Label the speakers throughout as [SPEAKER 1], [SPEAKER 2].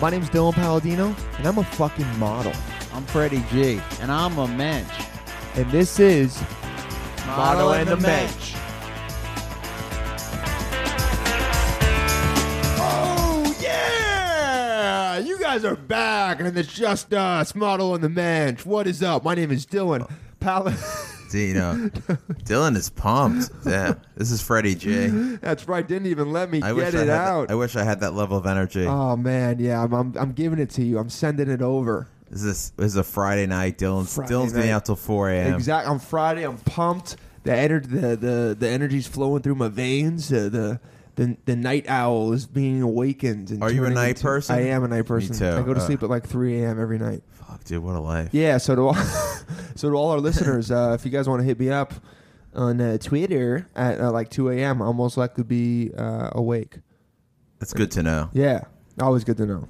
[SPEAKER 1] My name's Dylan Palladino, and I'm a fucking model.
[SPEAKER 2] I'm Freddie G, and I'm a mensch.
[SPEAKER 1] And this is Model and the
[SPEAKER 2] Mensch.
[SPEAKER 1] Oh yeah! You guys are back, and it's just us, Model and the Mensch. What is up? My name is Dylan Pall.
[SPEAKER 3] Dino. Dylan is pumped. Yeah. This is Freddie J.
[SPEAKER 1] That's right. Didn't even let me
[SPEAKER 3] I wish
[SPEAKER 1] get
[SPEAKER 3] I had
[SPEAKER 1] it
[SPEAKER 3] that-
[SPEAKER 1] out.
[SPEAKER 3] I wish I had that level of energy.
[SPEAKER 1] oh man, yeah. I'm, I'm I'm giving it to you. I'm sending it over.
[SPEAKER 3] this is this is a Friday night. Dylan's
[SPEAKER 1] Friday
[SPEAKER 3] Dylan's
[SPEAKER 1] night.
[SPEAKER 3] being out till four AM.
[SPEAKER 1] Exactly. On Friday, I'm pumped. The energy, the, the the energy's flowing through my veins. The the the, the night owl is being awakened. And
[SPEAKER 3] Are you a
[SPEAKER 1] turning
[SPEAKER 3] night
[SPEAKER 1] into-
[SPEAKER 3] person?
[SPEAKER 1] I am a night person.
[SPEAKER 3] too.
[SPEAKER 1] I go to
[SPEAKER 3] Uh.
[SPEAKER 1] sleep at like 3 a.m. every night.
[SPEAKER 3] Fuck, dude, what a life.
[SPEAKER 1] Yeah. So to all, so to all our listeners, uh, if you guys want to hit me up on uh, Twitter at uh, like 2 a.m., I'm most likely be uh, awake.
[SPEAKER 3] That's good to know.
[SPEAKER 1] Yeah. Always good to know.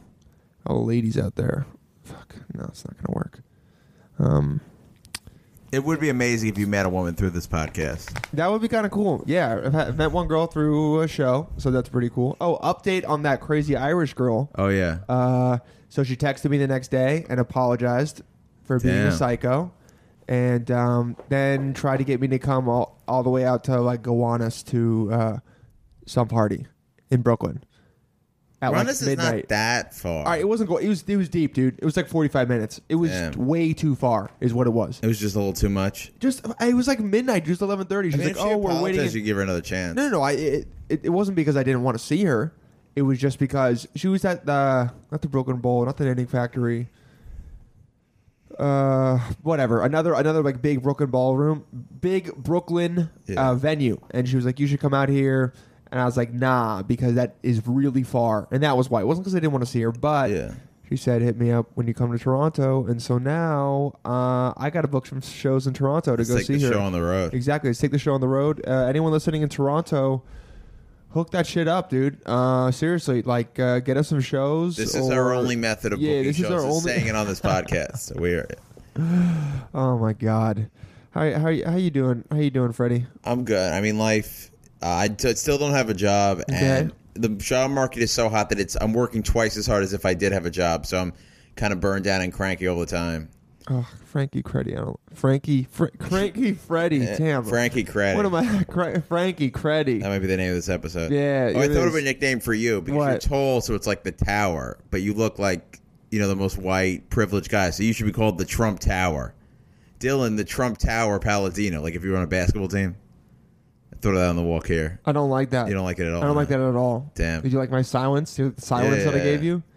[SPEAKER 1] All the ladies out there. Fuck. No, it's not gonna work. Um.
[SPEAKER 3] It would be amazing if you met a woman through this podcast.
[SPEAKER 1] That would be kind of cool. Yeah, I've, had, I've met one girl through a show, so that's pretty cool. Oh, update on that crazy Irish girl.
[SPEAKER 3] Oh yeah.
[SPEAKER 1] Uh, so she texted me the next day and apologized for being a
[SPEAKER 3] Damn.
[SPEAKER 1] psycho, and um, then tried to get me to come all, all the way out to like Gowanus to uh, some party in Brooklyn at
[SPEAKER 3] Ronis
[SPEAKER 1] like midnight.
[SPEAKER 3] is not that far.
[SPEAKER 1] all right, it wasn't. Go- it was. It was deep, dude. It was like forty-five minutes. It was
[SPEAKER 3] Damn.
[SPEAKER 1] way too far, is what it was.
[SPEAKER 3] it was just a little too much.
[SPEAKER 1] Just it was like midnight, just eleven thirty. She's
[SPEAKER 3] I mean,
[SPEAKER 1] like,
[SPEAKER 3] if she
[SPEAKER 1] "Oh, we're waiting."
[SPEAKER 3] apologized, You give her another chance.
[SPEAKER 1] No, no, no. I it, it, it wasn't because I didn't want to see her. It was just because she was at the not the Broken Bowl, not the Knitting Factory. Uh, whatever. Another another like big Brooklyn ballroom, big Brooklyn
[SPEAKER 3] Yeah.
[SPEAKER 1] uh, venue, and she was like, "You should come out here." And I was like, "Nah," because that is really far, and that was why it wasn't because I didn't want to see her, but
[SPEAKER 3] Yeah.
[SPEAKER 1] she said, "Hit me up when you come to Toronto." And so now uh, I got to book some shows in Toronto to
[SPEAKER 3] It's
[SPEAKER 1] go
[SPEAKER 3] like
[SPEAKER 1] see
[SPEAKER 3] the
[SPEAKER 1] her.
[SPEAKER 3] show on the road.
[SPEAKER 1] Exactly. Let's take the show on the road. Uh, anyone listening in Toronto, hook that shit up, dude. Uh, seriously, like uh, get us some shows.
[SPEAKER 3] This is our
[SPEAKER 1] or-
[SPEAKER 3] only method of
[SPEAKER 1] Yeah,
[SPEAKER 3] booking
[SPEAKER 1] this is
[SPEAKER 3] shows.
[SPEAKER 1] our
[SPEAKER 3] is
[SPEAKER 1] only-
[SPEAKER 3] saying it on this podcast. So we're
[SPEAKER 1] Oh my god, how how how you doing? How you doing, Freddie?
[SPEAKER 3] I'm good. I mean, life. Uh, I t- still don't have a job, and the job market is so hot that it's. I'm working twice as hard as if I did have a job, so I'm kind of burned down and cranky all the time.
[SPEAKER 1] Oh, Frankie Creddy. I don't. Frankie. Fr- Cranky Freddy.
[SPEAKER 3] Eh,
[SPEAKER 1] Damn.
[SPEAKER 3] Frankie Creddy.
[SPEAKER 1] What am I? Cra- Frankie Creddy.
[SPEAKER 3] That might be the name of this episode.
[SPEAKER 1] Yeah,
[SPEAKER 3] Oh, I
[SPEAKER 1] it
[SPEAKER 3] thought it
[SPEAKER 1] is.
[SPEAKER 3] would be a nickname for you because you're
[SPEAKER 1] What?
[SPEAKER 3] tall, so it's like the tower, but you look like you know the most white privileged guy, so you should be called the Trump Tower. Dylan, the Trump Tower Paladino, like if you were on a basketball team. I throw that on the walk here.
[SPEAKER 1] I don't like that.
[SPEAKER 3] You don't like it at all.
[SPEAKER 1] I don't like
[SPEAKER 3] huh?
[SPEAKER 1] that at all.
[SPEAKER 3] Oh, Damn.
[SPEAKER 1] Did you like my silence? The silence that I
[SPEAKER 3] Yeah.
[SPEAKER 1] gave you?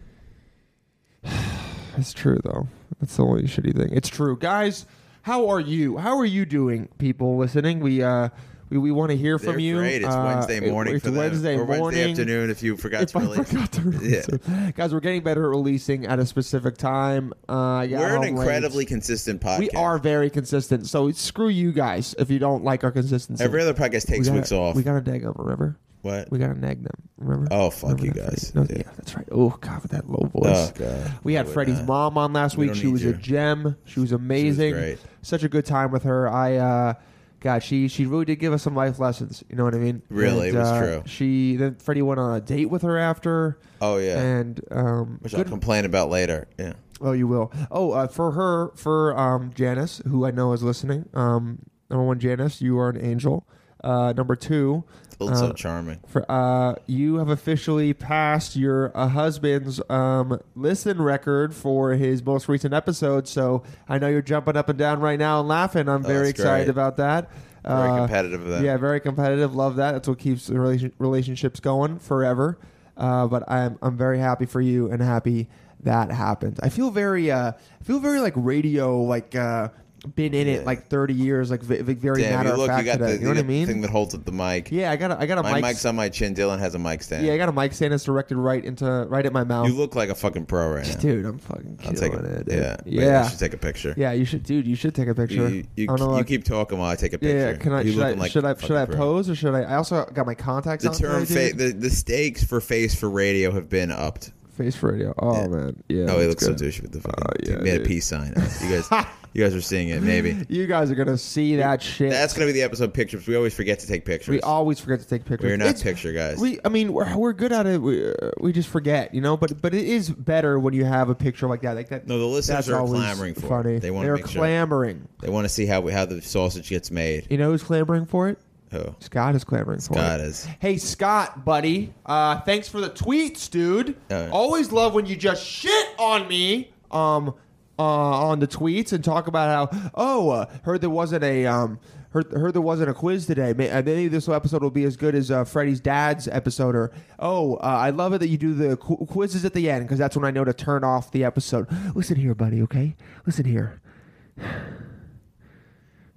[SPEAKER 1] It's true, though. That's the only shitty thing. It's true. Guys, how are you? How are you doing, people listening? We, uh, we, we want to hear
[SPEAKER 3] They're
[SPEAKER 1] from you.
[SPEAKER 3] Great. It's
[SPEAKER 1] Uh,
[SPEAKER 3] Wednesday
[SPEAKER 1] it-
[SPEAKER 3] morning
[SPEAKER 1] It's
[SPEAKER 3] for them,
[SPEAKER 1] Wednesday
[SPEAKER 3] or
[SPEAKER 1] morning.
[SPEAKER 3] Wednesday afternoon if you forgot
[SPEAKER 1] If
[SPEAKER 3] to
[SPEAKER 1] I
[SPEAKER 3] release.
[SPEAKER 1] forgot to release
[SPEAKER 3] Yeah.
[SPEAKER 1] it. Guys, we're getting better at releasing at a specific time. Uh, I got
[SPEAKER 3] We're an
[SPEAKER 1] home late.
[SPEAKER 3] incredibly consistent podcast.
[SPEAKER 1] We are very consistent. So screw you guys if you don't like our consistency.
[SPEAKER 3] Every other podcast
[SPEAKER 1] we
[SPEAKER 3] takes
[SPEAKER 1] gotta,
[SPEAKER 3] weeks off.
[SPEAKER 1] We got to dig over, remember?
[SPEAKER 3] what?
[SPEAKER 1] We gotta nag them. Remember?
[SPEAKER 3] Oh, fuck
[SPEAKER 1] Remember
[SPEAKER 3] you
[SPEAKER 1] that,
[SPEAKER 3] guys.
[SPEAKER 1] Freddie? No,
[SPEAKER 3] Yeah.
[SPEAKER 1] yeah, that's right. Oh god, with that low voice.
[SPEAKER 3] oh god.
[SPEAKER 1] We had
[SPEAKER 3] Why would
[SPEAKER 1] Freddie's
[SPEAKER 3] I?
[SPEAKER 1] mom on last
[SPEAKER 3] We
[SPEAKER 1] week.
[SPEAKER 3] don't
[SPEAKER 1] She
[SPEAKER 3] need
[SPEAKER 1] was a
[SPEAKER 3] you.
[SPEAKER 1] gem. She was amazing.
[SPEAKER 3] great.
[SPEAKER 1] Such a good time with her. I uh God, she she really did give us some life lessons. You know what I mean?
[SPEAKER 3] Really,
[SPEAKER 1] And,
[SPEAKER 3] it was
[SPEAKER 1] uh,
[SPEAKER 3] true.
[SPEAKER 1] She then Freddie went on a date with her after,
[SPEAKER 3] Oh yeah.
[SPEAKER 1] and um,
[SPEAKER 3] Which I'll
[SPEAKER 1] good-
[SPEAKER 3] complain about later. Yeah.
[SPEAKER 1] Oh, you will. Oh, uh, for her, for um, Janice, who I know is listening. Um, number one, Janice, you are an angel. Uh, number two,
[SPEAKER 3] It's so
[SPEAKER 1] uh,
[SPEAKER 3] charming.
[SPEAKER 1] for uh, you have officially passed your uh, husband's um, listen record for his most recent episode. So I know you're jumping up and down right now and laughing. I'm very
[SPEAKER 3] Oh, that's
[SPEAKER 1] excited
[SPEAKER 3] great.
[SPEAKER 1] about that.
[SPEAKER 3] Very
[SPEAKER 1] Uh,
[SPEAKER 3] competitive of them.
[SPEAKER 1] Yeah, very competitive. Love that. That's what keeps the relation- relationships going forever. Uh, but I'm I'm very happy for you and happy that happened. I feel very uh, I feel very like radio like. Uh, been in it
[SPEAKER 3] Yeah.
[SPEAKER 1] like 30 years like v- v- very
[SPEAKER 3] Damn,
[SPEAKER 1] matter
[SPEAKER 3] you look,
[SPEAKER 1] of fact
[SPEAKER 3] you got
[SPEAKER 1] today.
[SPEAKER 3] the,
[SPEAKER 1] you know what
[SPEAKER 3] got
[SPEAKER 1] i
[SPEAKER 3] the
[SPEAKER 1] mean
[SPEAKER 3] thing that holds up the mic.
[SPEAKER 1] yeah i got a, i got a
[SPEAKER 3] My
[SPEAKER 1] mic
[SPEAKER 3] mic's on my chin. Dylan has a mic stand.
[SPEAKER 1] yeah, I got a mic stand that's directed right into right at my mouth.
[SPEAKER 3] you look like a fucking pro right now.
[SPEAKER 1] dude, I'm fucking
[SPEAKER 3] I'll
[SPEAKER 1] killing
[SPEAKER 3] take a,
[SPEAKER 1] it. dude.
[SPEAKER 3] yeah. Wait, I
[SPEAKER 1] yeah,
[SPEAKER 3] should take a picture.
[SPEAKER 1] yeah. You should, dude. You should take a picture.
[SPEAKER 3] You, you,
[SPEAKER 1] I don't know,
[SPEAKER 3] you
[SPEAKER 1] like-
[SPEAKER 3] keep talking while I take a
[SPEAKER 1] yeah,
[SPEAKER 3] picture.
[SPEAKER 1] yeah. Can I?
[SPEAKER 3] You
[SPEAKER 1] Should I?
[SPEAKER 3] looking like
[SPEAKER 1] should I?
[SPEAKER 3] a
[SPEAKER 1] Should I
[SPEAKER 3] fucking pro.
[SPEAKER 1] pose or should I? I also got my contacts.
[SPEAKER 3] The
[SPEAKER 1] on
[SPEAKER 3] term
[SPEAKER 1] today,
[SPEAKER 3] fa-
[SPEAKER 1] dude.
[SPEAKER 3] the, the stakes for face for radio have been upped.
[SPEAKER 1] Face Radio. Oh man, yeah.
[SPEAKER 3] oh, he
[SPEAKER 1] that's
[SPEAKER 3] looks
[SPEAKER 1] good.
[SPEAKER 3] so douchey with the fucking.
[SPEAKER 1] Oh, yeah,
[SPEAKER 3] he made
[SPEAKER 1] dude.
[SPEAKER 3] a peace sign. You guys, you guys are seeing it. Maybe
[SPEAKER 1] You guys are gonna see that shit.
[SPEAKER 3] that's gonna be the episode pictures. We always forget to take pictures.
[SPEAKER 1] we always forget to take pictures.
[SPEAKER 3] We're not
[SPEAKER 1] It's-
[SPEAKER 3] picture guys.
[SPEAKER 1] We, I mean, we're, we're good at it. We, uh, we just forget, you know. But but it is better when you have a picture like that. Like that.
[SPEAKER 3] No, the listeners
[SPEAKER 1] that's
[SPEAKER 3] are
[SPEAKER 1] always
[SPEAKER 3] clamoring for it.
[SPEAKER 1] funny.
[SPEAKER 3] They wanna
[SPEAKER 1] They're
[SPEAKER 3] make sure.
[SPEAKER 1] clamoring.
[SPEAKER 3] they want to see how we, how the sausage gets made.
[SPEAKER 1] You know who's clamoring for it?
[SPEAKER 3] Oh,
[SPEAKER 1] Scott is clamoring for
[SPEAKER 3] God
[SPEAKER 1] it.
[SPEAKER 3] is.
[SPEAKER 1] Hey Scott, buddy. Uh, thanks for the tweets, dude.
[SPEAKER 3] Uh,
[SPEAKER 1] Always love when you just shit on me. Um, uh, on the tweets and talk about how oh uh, heard there wasn't a um heard, heard there wasn't a quiz today. May, uh, maybe this episode will be as good as uh, Freddie's dad's episode. Or oh, uh, I love it that you do the qu- quizzes at the end because that's when I know to turn off the episode. Listen here, buddy. Okay, listen here.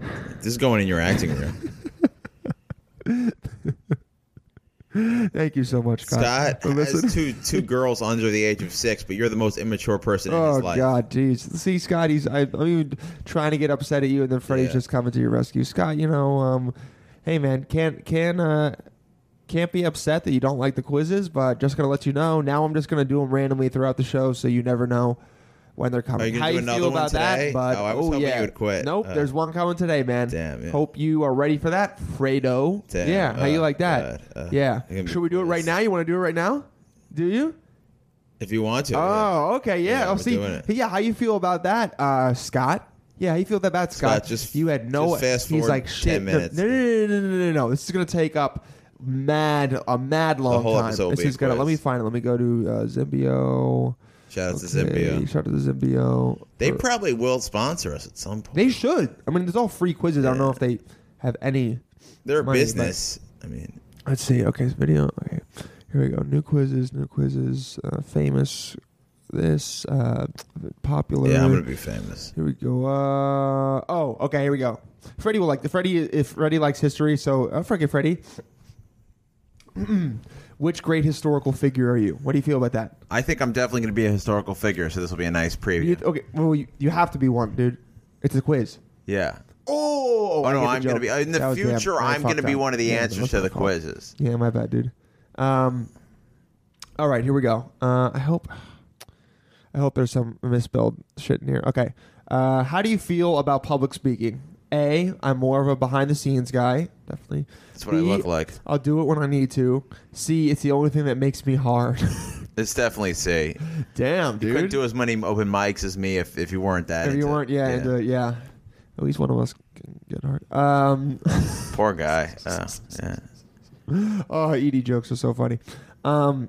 [SPEAKER 3] This is going in your acting room.
[SPEAKER 1] Thank you so much, Scott.
[SPEAKER 3] Scott
[SPEAKER 1] for listening.
[SPEAKER 3] has two two girls under the age of six, but you're the most immature person in
[SPEAKER 1] Oh
[SPEAKER 3] his life.
[SPEAKER 1] God, jeez. See, Scott, he's I, I'm even trying to get upset at you, and then Freddie's
[SPEAKER 3] Yeah.
[SPEAKER 1] just coming to your rescue. Scott, you know, um, hey man, can't can uh, can't be upset that you don't like the quizzes, but just gonna let you know now. I'm just gonna do them randomly throughout the show, so you never know when they're coming.
[SPEAKER 3] Are you gonna
[SPEAKER 1] How
[SPEAKER 3] do
[SPEAKER 1] you
[SPEAKER 3] another
[SPEAKER 1] feel
[SPEAKER 3] one
[SPEAKER 1] about
[SPEAKER 3] today?
[SPEAKER 1] that? But
[SPEAKER 3] Oh, I was hoping you
[SPEAKER 1] yeah,
[SPEAKER 3] would quit.
[SPEAKER 1] Nope,
[SPEAKER 3] Uh,
[SPEAKER 1] there's one coming today, man.
[SPEAKER 3] Damn, yeah.
[SPEAKER 1] Hope you are ready for that, Fredo.
[SPEAKER 3] Damn,
[SPEAKER 1] yeah. How you
[SPEAKER 3] uh,
[SPEAKER 1] like that?
[SPEAKER 3] God, uh,
[SPEAKER 1] yeah.
[SPEAKER 3] I'm gonna be
[SPEAKER 1] Should we do it right
[SPEAKER 3] pissed.
[SPEAKER 1] now? You want to do it right now? Do you?
[SPEAKER 3] If you want to. yeah.
[SPEAKER 1] Oh, okay, yeah.
[SPEAKER 3] Yeah,
[SPEAKER 1] oh,
[SPEAKER 3] we're
[SPEAKER 1] see,
[SPEAKER 3] doing it.
[SPEAKER 1] yeah. How you feel about that, uh, Scott? Yeah, how you feel about that, Scott?
[SPEAKER 3] Scott, just-
[SPEAKER 1] you had no.
[SPEAKER 3] just fast
[SPEAKER 1] he's
[SPEAKER 3] forward
[SPEAKER 1] like
[SPEAKER 3] 10
[SPEAKER 1] shit. no-
[SPEAKER 3] minutes.
[SPEAKER 1] No, no, no, no, no, no, no. This is gonna take up mad a mad long
[SPEAKER 3] whole
[SPEAKER 1] time.
[SPEAKER 3] episode will
[SPEAKER 1] This
[SPEAKER 3] be a
[SPEAKER 1] is gonna. Let
[SPEAKER 3] quiz.
[SPEAKER 1] me find it. Let me go to uh, Zimbio.
[SPEAKER 3] Shout out to
[SPEAKER 1] Okay,
[SPEAKER 3] Zimbio.
[SPEAKER 1] Shout out to Zimbio.
[SPEAKER 3] They
[SPEAKER 1] Uh,
[SPEAKER 3] probably will sponsor us at some point.
[SPEAKER 1] they should. I mean, there's all free quizzes. I don't know if they have any.
[SPEAKER 3] They're a
[SPEAKER 1] money, but-
[SPEAKER 3] business. I mean,
[SPEAKER 1] Let's see. Okay, it's video. Okay, here we go. New quizzes. New quizzes. Uh, famous. This uh, popular.
[SPEAKER 3] yeah, I'm gonna be famous.
[SPEAKER 1] Here we go. Uh, oh, okay. Here we go. Freddie will like the Freddie. If Freddie likes history, so uh, forget Freddie. Which great historical figure are you? What do you feel about that?
[SPEAKER 3] I think I'm definitely gonna be a historical figure, so this will be a nice
[SPEAKER 1] You,
[SPEAKER 3] preview.
[SPEAKER 1] okay, well, you, you have to be one, dude. It's a quiz.
[SPEAKER 3] Yeah.
[SPEAKER 1] Oh,
[SPEAKER 3] Oh no, I'm gonna be in the future. I'm gonna be one of the answers to the quizzes.
[SPEAKER 1] Yeah, my bad, dude. Um, all right, here we go. Uh, I hope, I hope there's some misspelled shit in here. Okay, uh, how do you feel about public speaking? A, I'm more of a behind the scenes guy, definitely.
[SPEAKER 3] That's what I
[SPEAKER 1] B,
[SPEAKER 3] look like.
[SPEAKER 1] I'll do it when I need to. C, it's the only thing that makes me hard.
[SPEAKER 3] It's definitely C.
[SPEAKER 1] Damn, dude.
[SPEAKER 3] You couldn't do as many open mics as me if, if you weren't that.
[SPEAKER 1] if you
[SPEAKER 3] into it.
[SPEAKER 1] weren't, yeah, into it, yeah. At least one of us can get hard. Um,
[SPEAKER 3] Poor guy. Oh, yeah.
[SPEAKER 1] oh, Edie jokes are so funny. Um,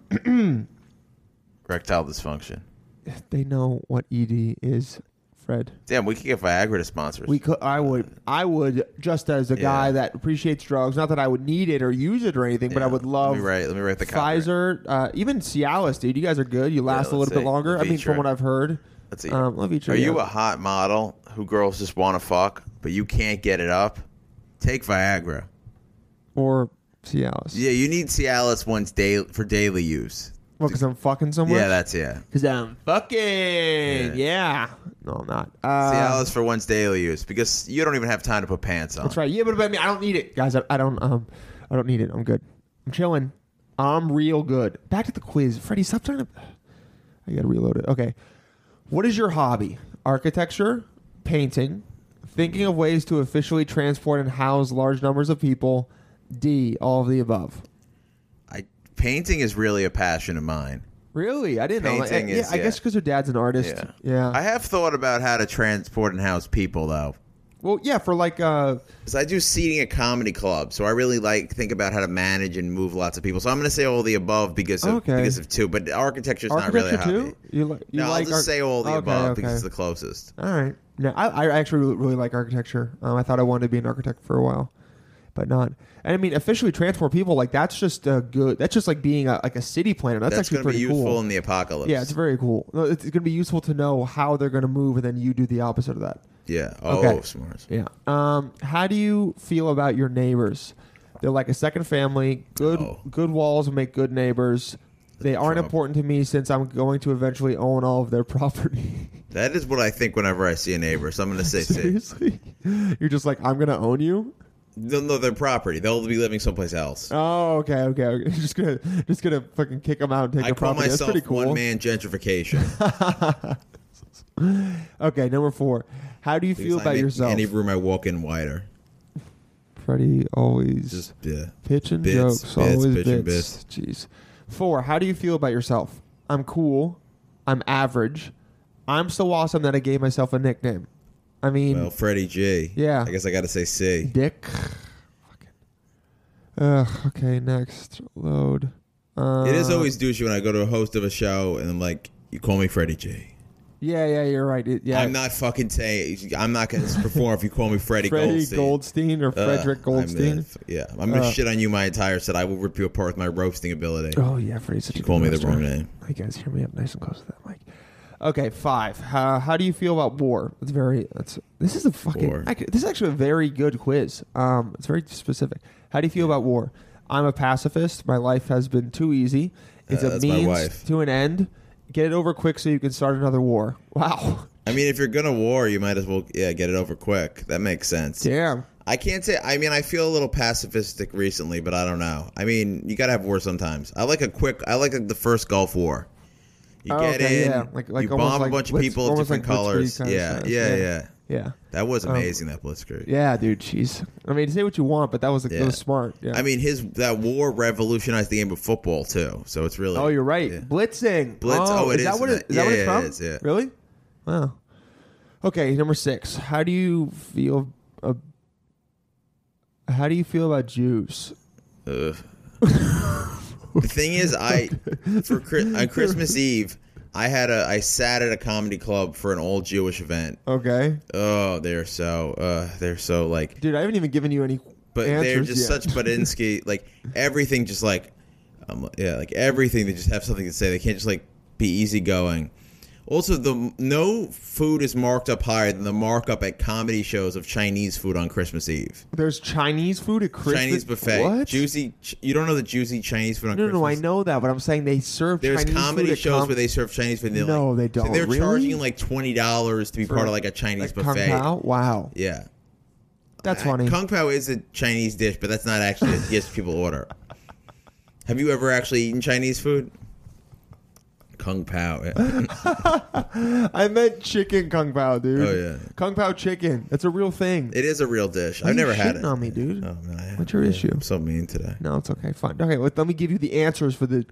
[SPEAKER 3] Erectile dysfunction.
[SPEAKER 1] they know what ED is, Fred.
[SPEAKER 3] Damn, we could get Viagra to sponsors.
[SPEAKER 1] We could. I would. I would just as a guy
[SPEAKER 3] Yeah.
[SPEAKER 1] that appreciates drugs. Not that I would need it or use it or anything, but I
[SPEAKER 3] Yeah.
[SPEAKER 1] would love.
[SPEAKER 3] Let me write. Let me write the copyright.
[SPEAKER 1] Pfizer, uh, even Cialis, dude. You guys are good. You last a
[SPEAKER 3] let's
[SPEAKER 1] little bit
[SPEAKER 3] see.
[SPEAKER 1] longer. I mean, from
[SPEAKER 3] Levitra.
[SPEAKER 1] what I've heard.
[SPEAKER 3] Let's see.
[SPEAKER 1] Um, Levitra,
[SPEAKER 3] Are you
[SPEAKER 1] yeah.
[SPEAKER 3] a hot model who girls just want to fuck, but you can't get it up? Take Viagra.
[SPEAKER 1] or Cialis.
[SPEAKER 3] Yeah, you need Cialis once daily for daily use.
[SPEAKER 1] because I'm fucking somewhere.
[SPEAKER 3] Yeah, that's yeah.
[SPEAKER 1] Because I'm fucking. Yeah.
[SPEAKER 3] Yeah.
[SPEAKER 1] No, I'm not. Uh,
[SPEAKER 3] Cialis for once daily use because you don't even have time to put pants on.
[SPEAKER 1] That's right. Yeah, but but I mean, I don't need it, guys. I, I don't. Um, I don't need it. I'm good. I'm chilling. I'm real good. Back to the quiz, Freddie. Stop trying to. I gotta reload it. Okay. What is your hobby? Architecture, painting, thinking of ways to officially transport and house large numbers of people. D. All of the above.
[SPEAKER 3] I, painting is really a passion of mine.
[SPEAKER 1] Really, I didn't know. Like,
[SPEAKER 3] Painting
[SPEAKER 1] yeah,
[SPEAKER 3] is-
[SPEAKER 1] I guess
[SPEAKER 3] yeah.
[SPEAKER 1] because her dad's an artist.
[SPEAKER 3] Yeah.
[SPEAKER 1] Yeah.
[SPEAKER 3] I have thought about how to transport and house people though.
[SPEAKER 1] well, yeah, for like uh,
[SPEAKER 3] Because I do seating at comedy club, so I really like think about how to manage and move lots of people. So I'm going to say all the above because of
[SPEAKER 1] Okay.
[SPEAKER 3] because of two, but architecture's
[SPEAKER 1] architecture
[SPEAKER 3] not really a
[SPEAKER 1] too.
[SPEAKER 3] hobby.
[SPEAKER 1] You, li- you
[SPEAKER 3] no,
[SPEAKER 1] like
[SPEAKER 3] I'll just
[SPEAKER 1] arch-
[SPEAKER 3] say all the
[SPEAKER 1] Okay,
[SPEAKER 3] above because
[SPEAKER 1] okay.
[SPEAKER 3] it's the closest.
[SPEAKER 1] All right. No, I, I actually really, really like architecture. Um, I thought I wanted to be an architect for a while, but not. And I mean, officially transport people like that's just a good. That's just like being a, like a city planner. That's,
[SPEAKER 3] That's,
[SPEAKER 1] actually
[SPEAKER 3] going to be
[SPEAKER 1] pretty
[SPEAKER 3] useful
[SPEAKER 1] cool.
[SPEAKER 3] in the apocalypse.
[SPEAKER 1] yeah, it's very cool. No, it's going to be useful to know how they're going to move, and then you do the opposite of that.
[SPEAKER 3] yeah. Oh,
[SPEAKER 1] Okay.
[SPEAKER 3] smart.
[SPEAKER 1] Yeah. Um, how do you feel about your neighbors? They're like a second family. Good
[SPEAKER 3] Oh.
[SPEAKER 1] good walls make good neighbors. They aren't
[SPEAKER 3] Trump.
[SPEAKER 1] important to me since I'm going to eventually own all of their property.
[SPEAKER 3] That is what I think whenever I see a neighbor. So I'm going to say C.
[SPEAKER 1] Seriously? You're just like, I'm going to own you?
[SPEAKER 3] No, no, their property. They'll be living someplace else.
[SPEAKER 1] Oh, okay, okay. okay. Just gonna just gonna fucking kick them out and take
[SPEAKER 3] I
[SPEAKER 1] their
[SPEAKER 3] call
[SPEAKER 1] property. That's
[SPEAKER 3] myself
[SPEAKER 1] pretty cool.
[SPEAKER 3] one man gentrification.
[SPEAKER 1] Okay, number four. How do you feel
[SPEAKER 3] I
[SPEAKER 1] about
[SPEAKER 3] make
[SPEAKER 1] yourself?
[SPEAKER 3] Any room I walk in, wider.
[SPEAKER 1] Freddie always
[SPEAKER 3] Just yeah.
[SPEAKER 1] pitching
[SPEAKER 3] bits,
[SPEAKER 1] jokes,
[SPEAKER 3] bits,
[SPEAKER 1] always
[SPEAKER 3] pitching
[SPEAKER 1] bits. Jeez. Four. How do you feel about yourself? I'm cool. I'm average. I'm so awesome that I gave myself a nickname. I mean,
[SPEAKER 3] Well, Freddie G.
[SPEAKER 1] Yeah.
[SPEAKER 3] I guess I got to say C.
[SPEAKER 1] dick. Fucking. Ugh. Okay. Next. Load. Uh,
[SPEAKER 3] it is always douchey when I go to a host of a show and I'm like, "You call me Freddie G."
[SPEAKER 1] Yeah. Yeah. You're right. It, yeah.
[SPEAKER 3] am not fucking saying I'm not going to perform if you call me Freddie
[SPEAKER 1] Freddie
[SPEAKER 3] Goldstein.
[SPEAKER 1] Goldstein or
[SPEAKER 3] Ugh,
[SPEAKER 1] Frederick
[SPEAKER 3] I'm
[SPEAKER 1] Goldstein. Uh.
[SPEAKER 3] gonna- yeah, I'm gonna shit on you my entire set. I will rip you apart with my roasting ability.
[SPEAKER 1] Oh yeah, Freddie's such a
[SPEAKER 3] You call
[SPEAKER 1] good
[SPEAKER 3] me the
[SPEAKER 1] roaster.
[SPEAKER 3] wrong name.
[SPEAKER 1] You guys hear me up nice and close to that mic. Okay, five. How, how do you feel about war? It's very. That's this is a fucking.
[SPEAKER 3] War.
[SPEAKER 1] I could- this is actually a very good quiz. Um, it's very specific. How do you feel about war? I'm a pacifist. My life has been too easy. It's
[SPEAKER 3] Uh,
[SPEAKER 1] a
[SPEAKER 3] that's my
[SPEAKER 1] means
[SPEAKER 3] wife.
[SPEAKER 1] to an end. Get it over quick so you can start another war. Wow.
[SPEAKER 3] I mean, if you're gonna war, you might as well yeah get it over quick. That makes sense.
[SPEAKER 1] Damn.
[SPEAKER 3] I can't say. I mean, I feel a little pacifistic recently, but I don't know. I mean, you gotta have war sometimes. I like a quick. I like the first Gulf War. You
[SPEAKER 1] Oh,
[SPEAKER 3] get
[SPEAKER 1] okay,
[SPEAKER 3] in,
[SPEAKER 1] yeah. Like- like
[SPEAKER 3] you
[SPEAKER 1] almost
[SPEAKER 3] bomb
[SPEAKER 1] like
[SPEAKER 3] a bunch of
[SPEAKER 1] Blitz-
[SPEAKER 3] people of
[SPEAKER 1] almost
[SPEAKER 3] different
[SPEAKER 1] like Blitzkrieg
[SPEAKER 3] colors.
[SPEAKER 1] kind of
[SPEAKER 3] Yeah,
[SPEAKER 1] stuff,
[SPEAKER 3] yeah,
[SPEAKER 1] yeah.
[SPEAKER 3] yeah,
[SPEAKER 1] Yeah.
[SPEAKER 3] That was amazing. that blitzkrieg.
[SPEAKER 1] Yeah, dude. Jeez. I mean, say what you want, but that was like that
[SPEAKER 3] Yeah.
[SPEAKER 1] was smart. Yeah.
[SPEAKER 3] I mean, his that war revolutionized the game of football too. So it's really.
[SPEAKER 1] Oh, you're right.
[SPEAKER 3] Yeah.
[SPEAKER 1] Blitzing.
[SPEAKER 3] Blitz- oh, it
[SPEAKER 1] is that
[SPEAKER 3] is
[SPEAKER 1] what
[SPEAKER 3] in
[SPEAKER 1] it,
[SPEAKER 3] that-
[SPEAKER 1] is that what
[SPEAKER 3] yeah,
[SPEAKER 1] it's
[SPEAKER 3] yeah,
[SPEAKER 1] from?
[SPEAKER 3] it is, yeah.
[SPEAKER 1] Really? Wow. Okay, number six. How do you feel? Uh, how do you feel about Jews?
[SPEAKER 3] Ugh. the thing is, I for Chri- on Christmas Eve, I had a I sat at a comedy club for an all Jewish event.
[SPEAKER 1] Okay,
[SPEAKER 3] Oh, they're so uh, they're so like
[SPEAKER 1] dude, I haven't even given you any.
[SPEAKER 3] but they're
[SPEAKER 1] answers
[SPEAKER 3] just
[SPEAKER 1] yet.
[SPEAKER 3] such Budinsky. Like everything, just like um, yeah, like everything. They just have something to say. They can't just like be easygoing. Also, the no food is marked up higher than the markup at comedy shows of Chinese food on Christmas Eve.
[SPEAKER 1] There's Chinese food at Christmas.
[SPEAKER 3] Chinese buffet,
[SPEAKER 1] What?
[SPEAKER 3] juicy. ch- You don't know the juicy Chinese food on
[SPEAKER 1] No, no,
[SPEAKER 3] Christmas.
[SPEAKER 1] no, I know that, but I'm saying they serve
[SPEAKER 3] There's
[SPEAKER 1] Chinese food
[SPEAKER 3] comedy
[SPEAKER 1] at
[SPEAKER 3] shows
[SPEAKER 1] com-
[SPEAKER 3] where they serve Chinese food. and they're
[SPEAKER 1] No,
[SPEAKER 3] like-
[SPEAKER 1] they don't.
[SPEAKER 3] They're
[SPEAKER 1] Really?
[SPEAKER 3] charging like twenty dollars to be part of like a Chinese
[SPEAKER 1] at Kung
[SPEAKER 3] buffet.
[SPEAKER 1] Pao? Wow,
[SPEAKER 3] Yeah.
[SPEAKER 1] that's
[SPEAKER 3] I-
[SPEAKER 1] funny.
[SPEAKER 3] Kung Pao is a Chinese dish, but that's not actually a dish people order. Have you ever actually eaten Chinese food? Kung Pao. yeah.
[SPEAKER 1] I meant chicken kung pao, dude.
[SPEAKER 3] Oh, yeah.
[SPEAKER 1] kung pao chicken. That's a real thing.
[SPEAKER 3] It is a real dish.
[SPEAKER 1] Why
[SPEAKER 3] I've
[SPEAKER 1] are you
[SPEAKER 3] never had
[SPEAKER 1] shitting
[SPEAKER 3] it.
[SPEAKER 1] on me, dude?
[SPEAKER 3] Oh, man, I-
[SPEAKER 1] What's your
[SPEAKER 3] yeah,
[SPEAKER 1] issue?
[SPEAKER 3] I'm so mean today.
[SPEAKER 1] No, it's okay. Fine. Okay, let, let me give you the answers for the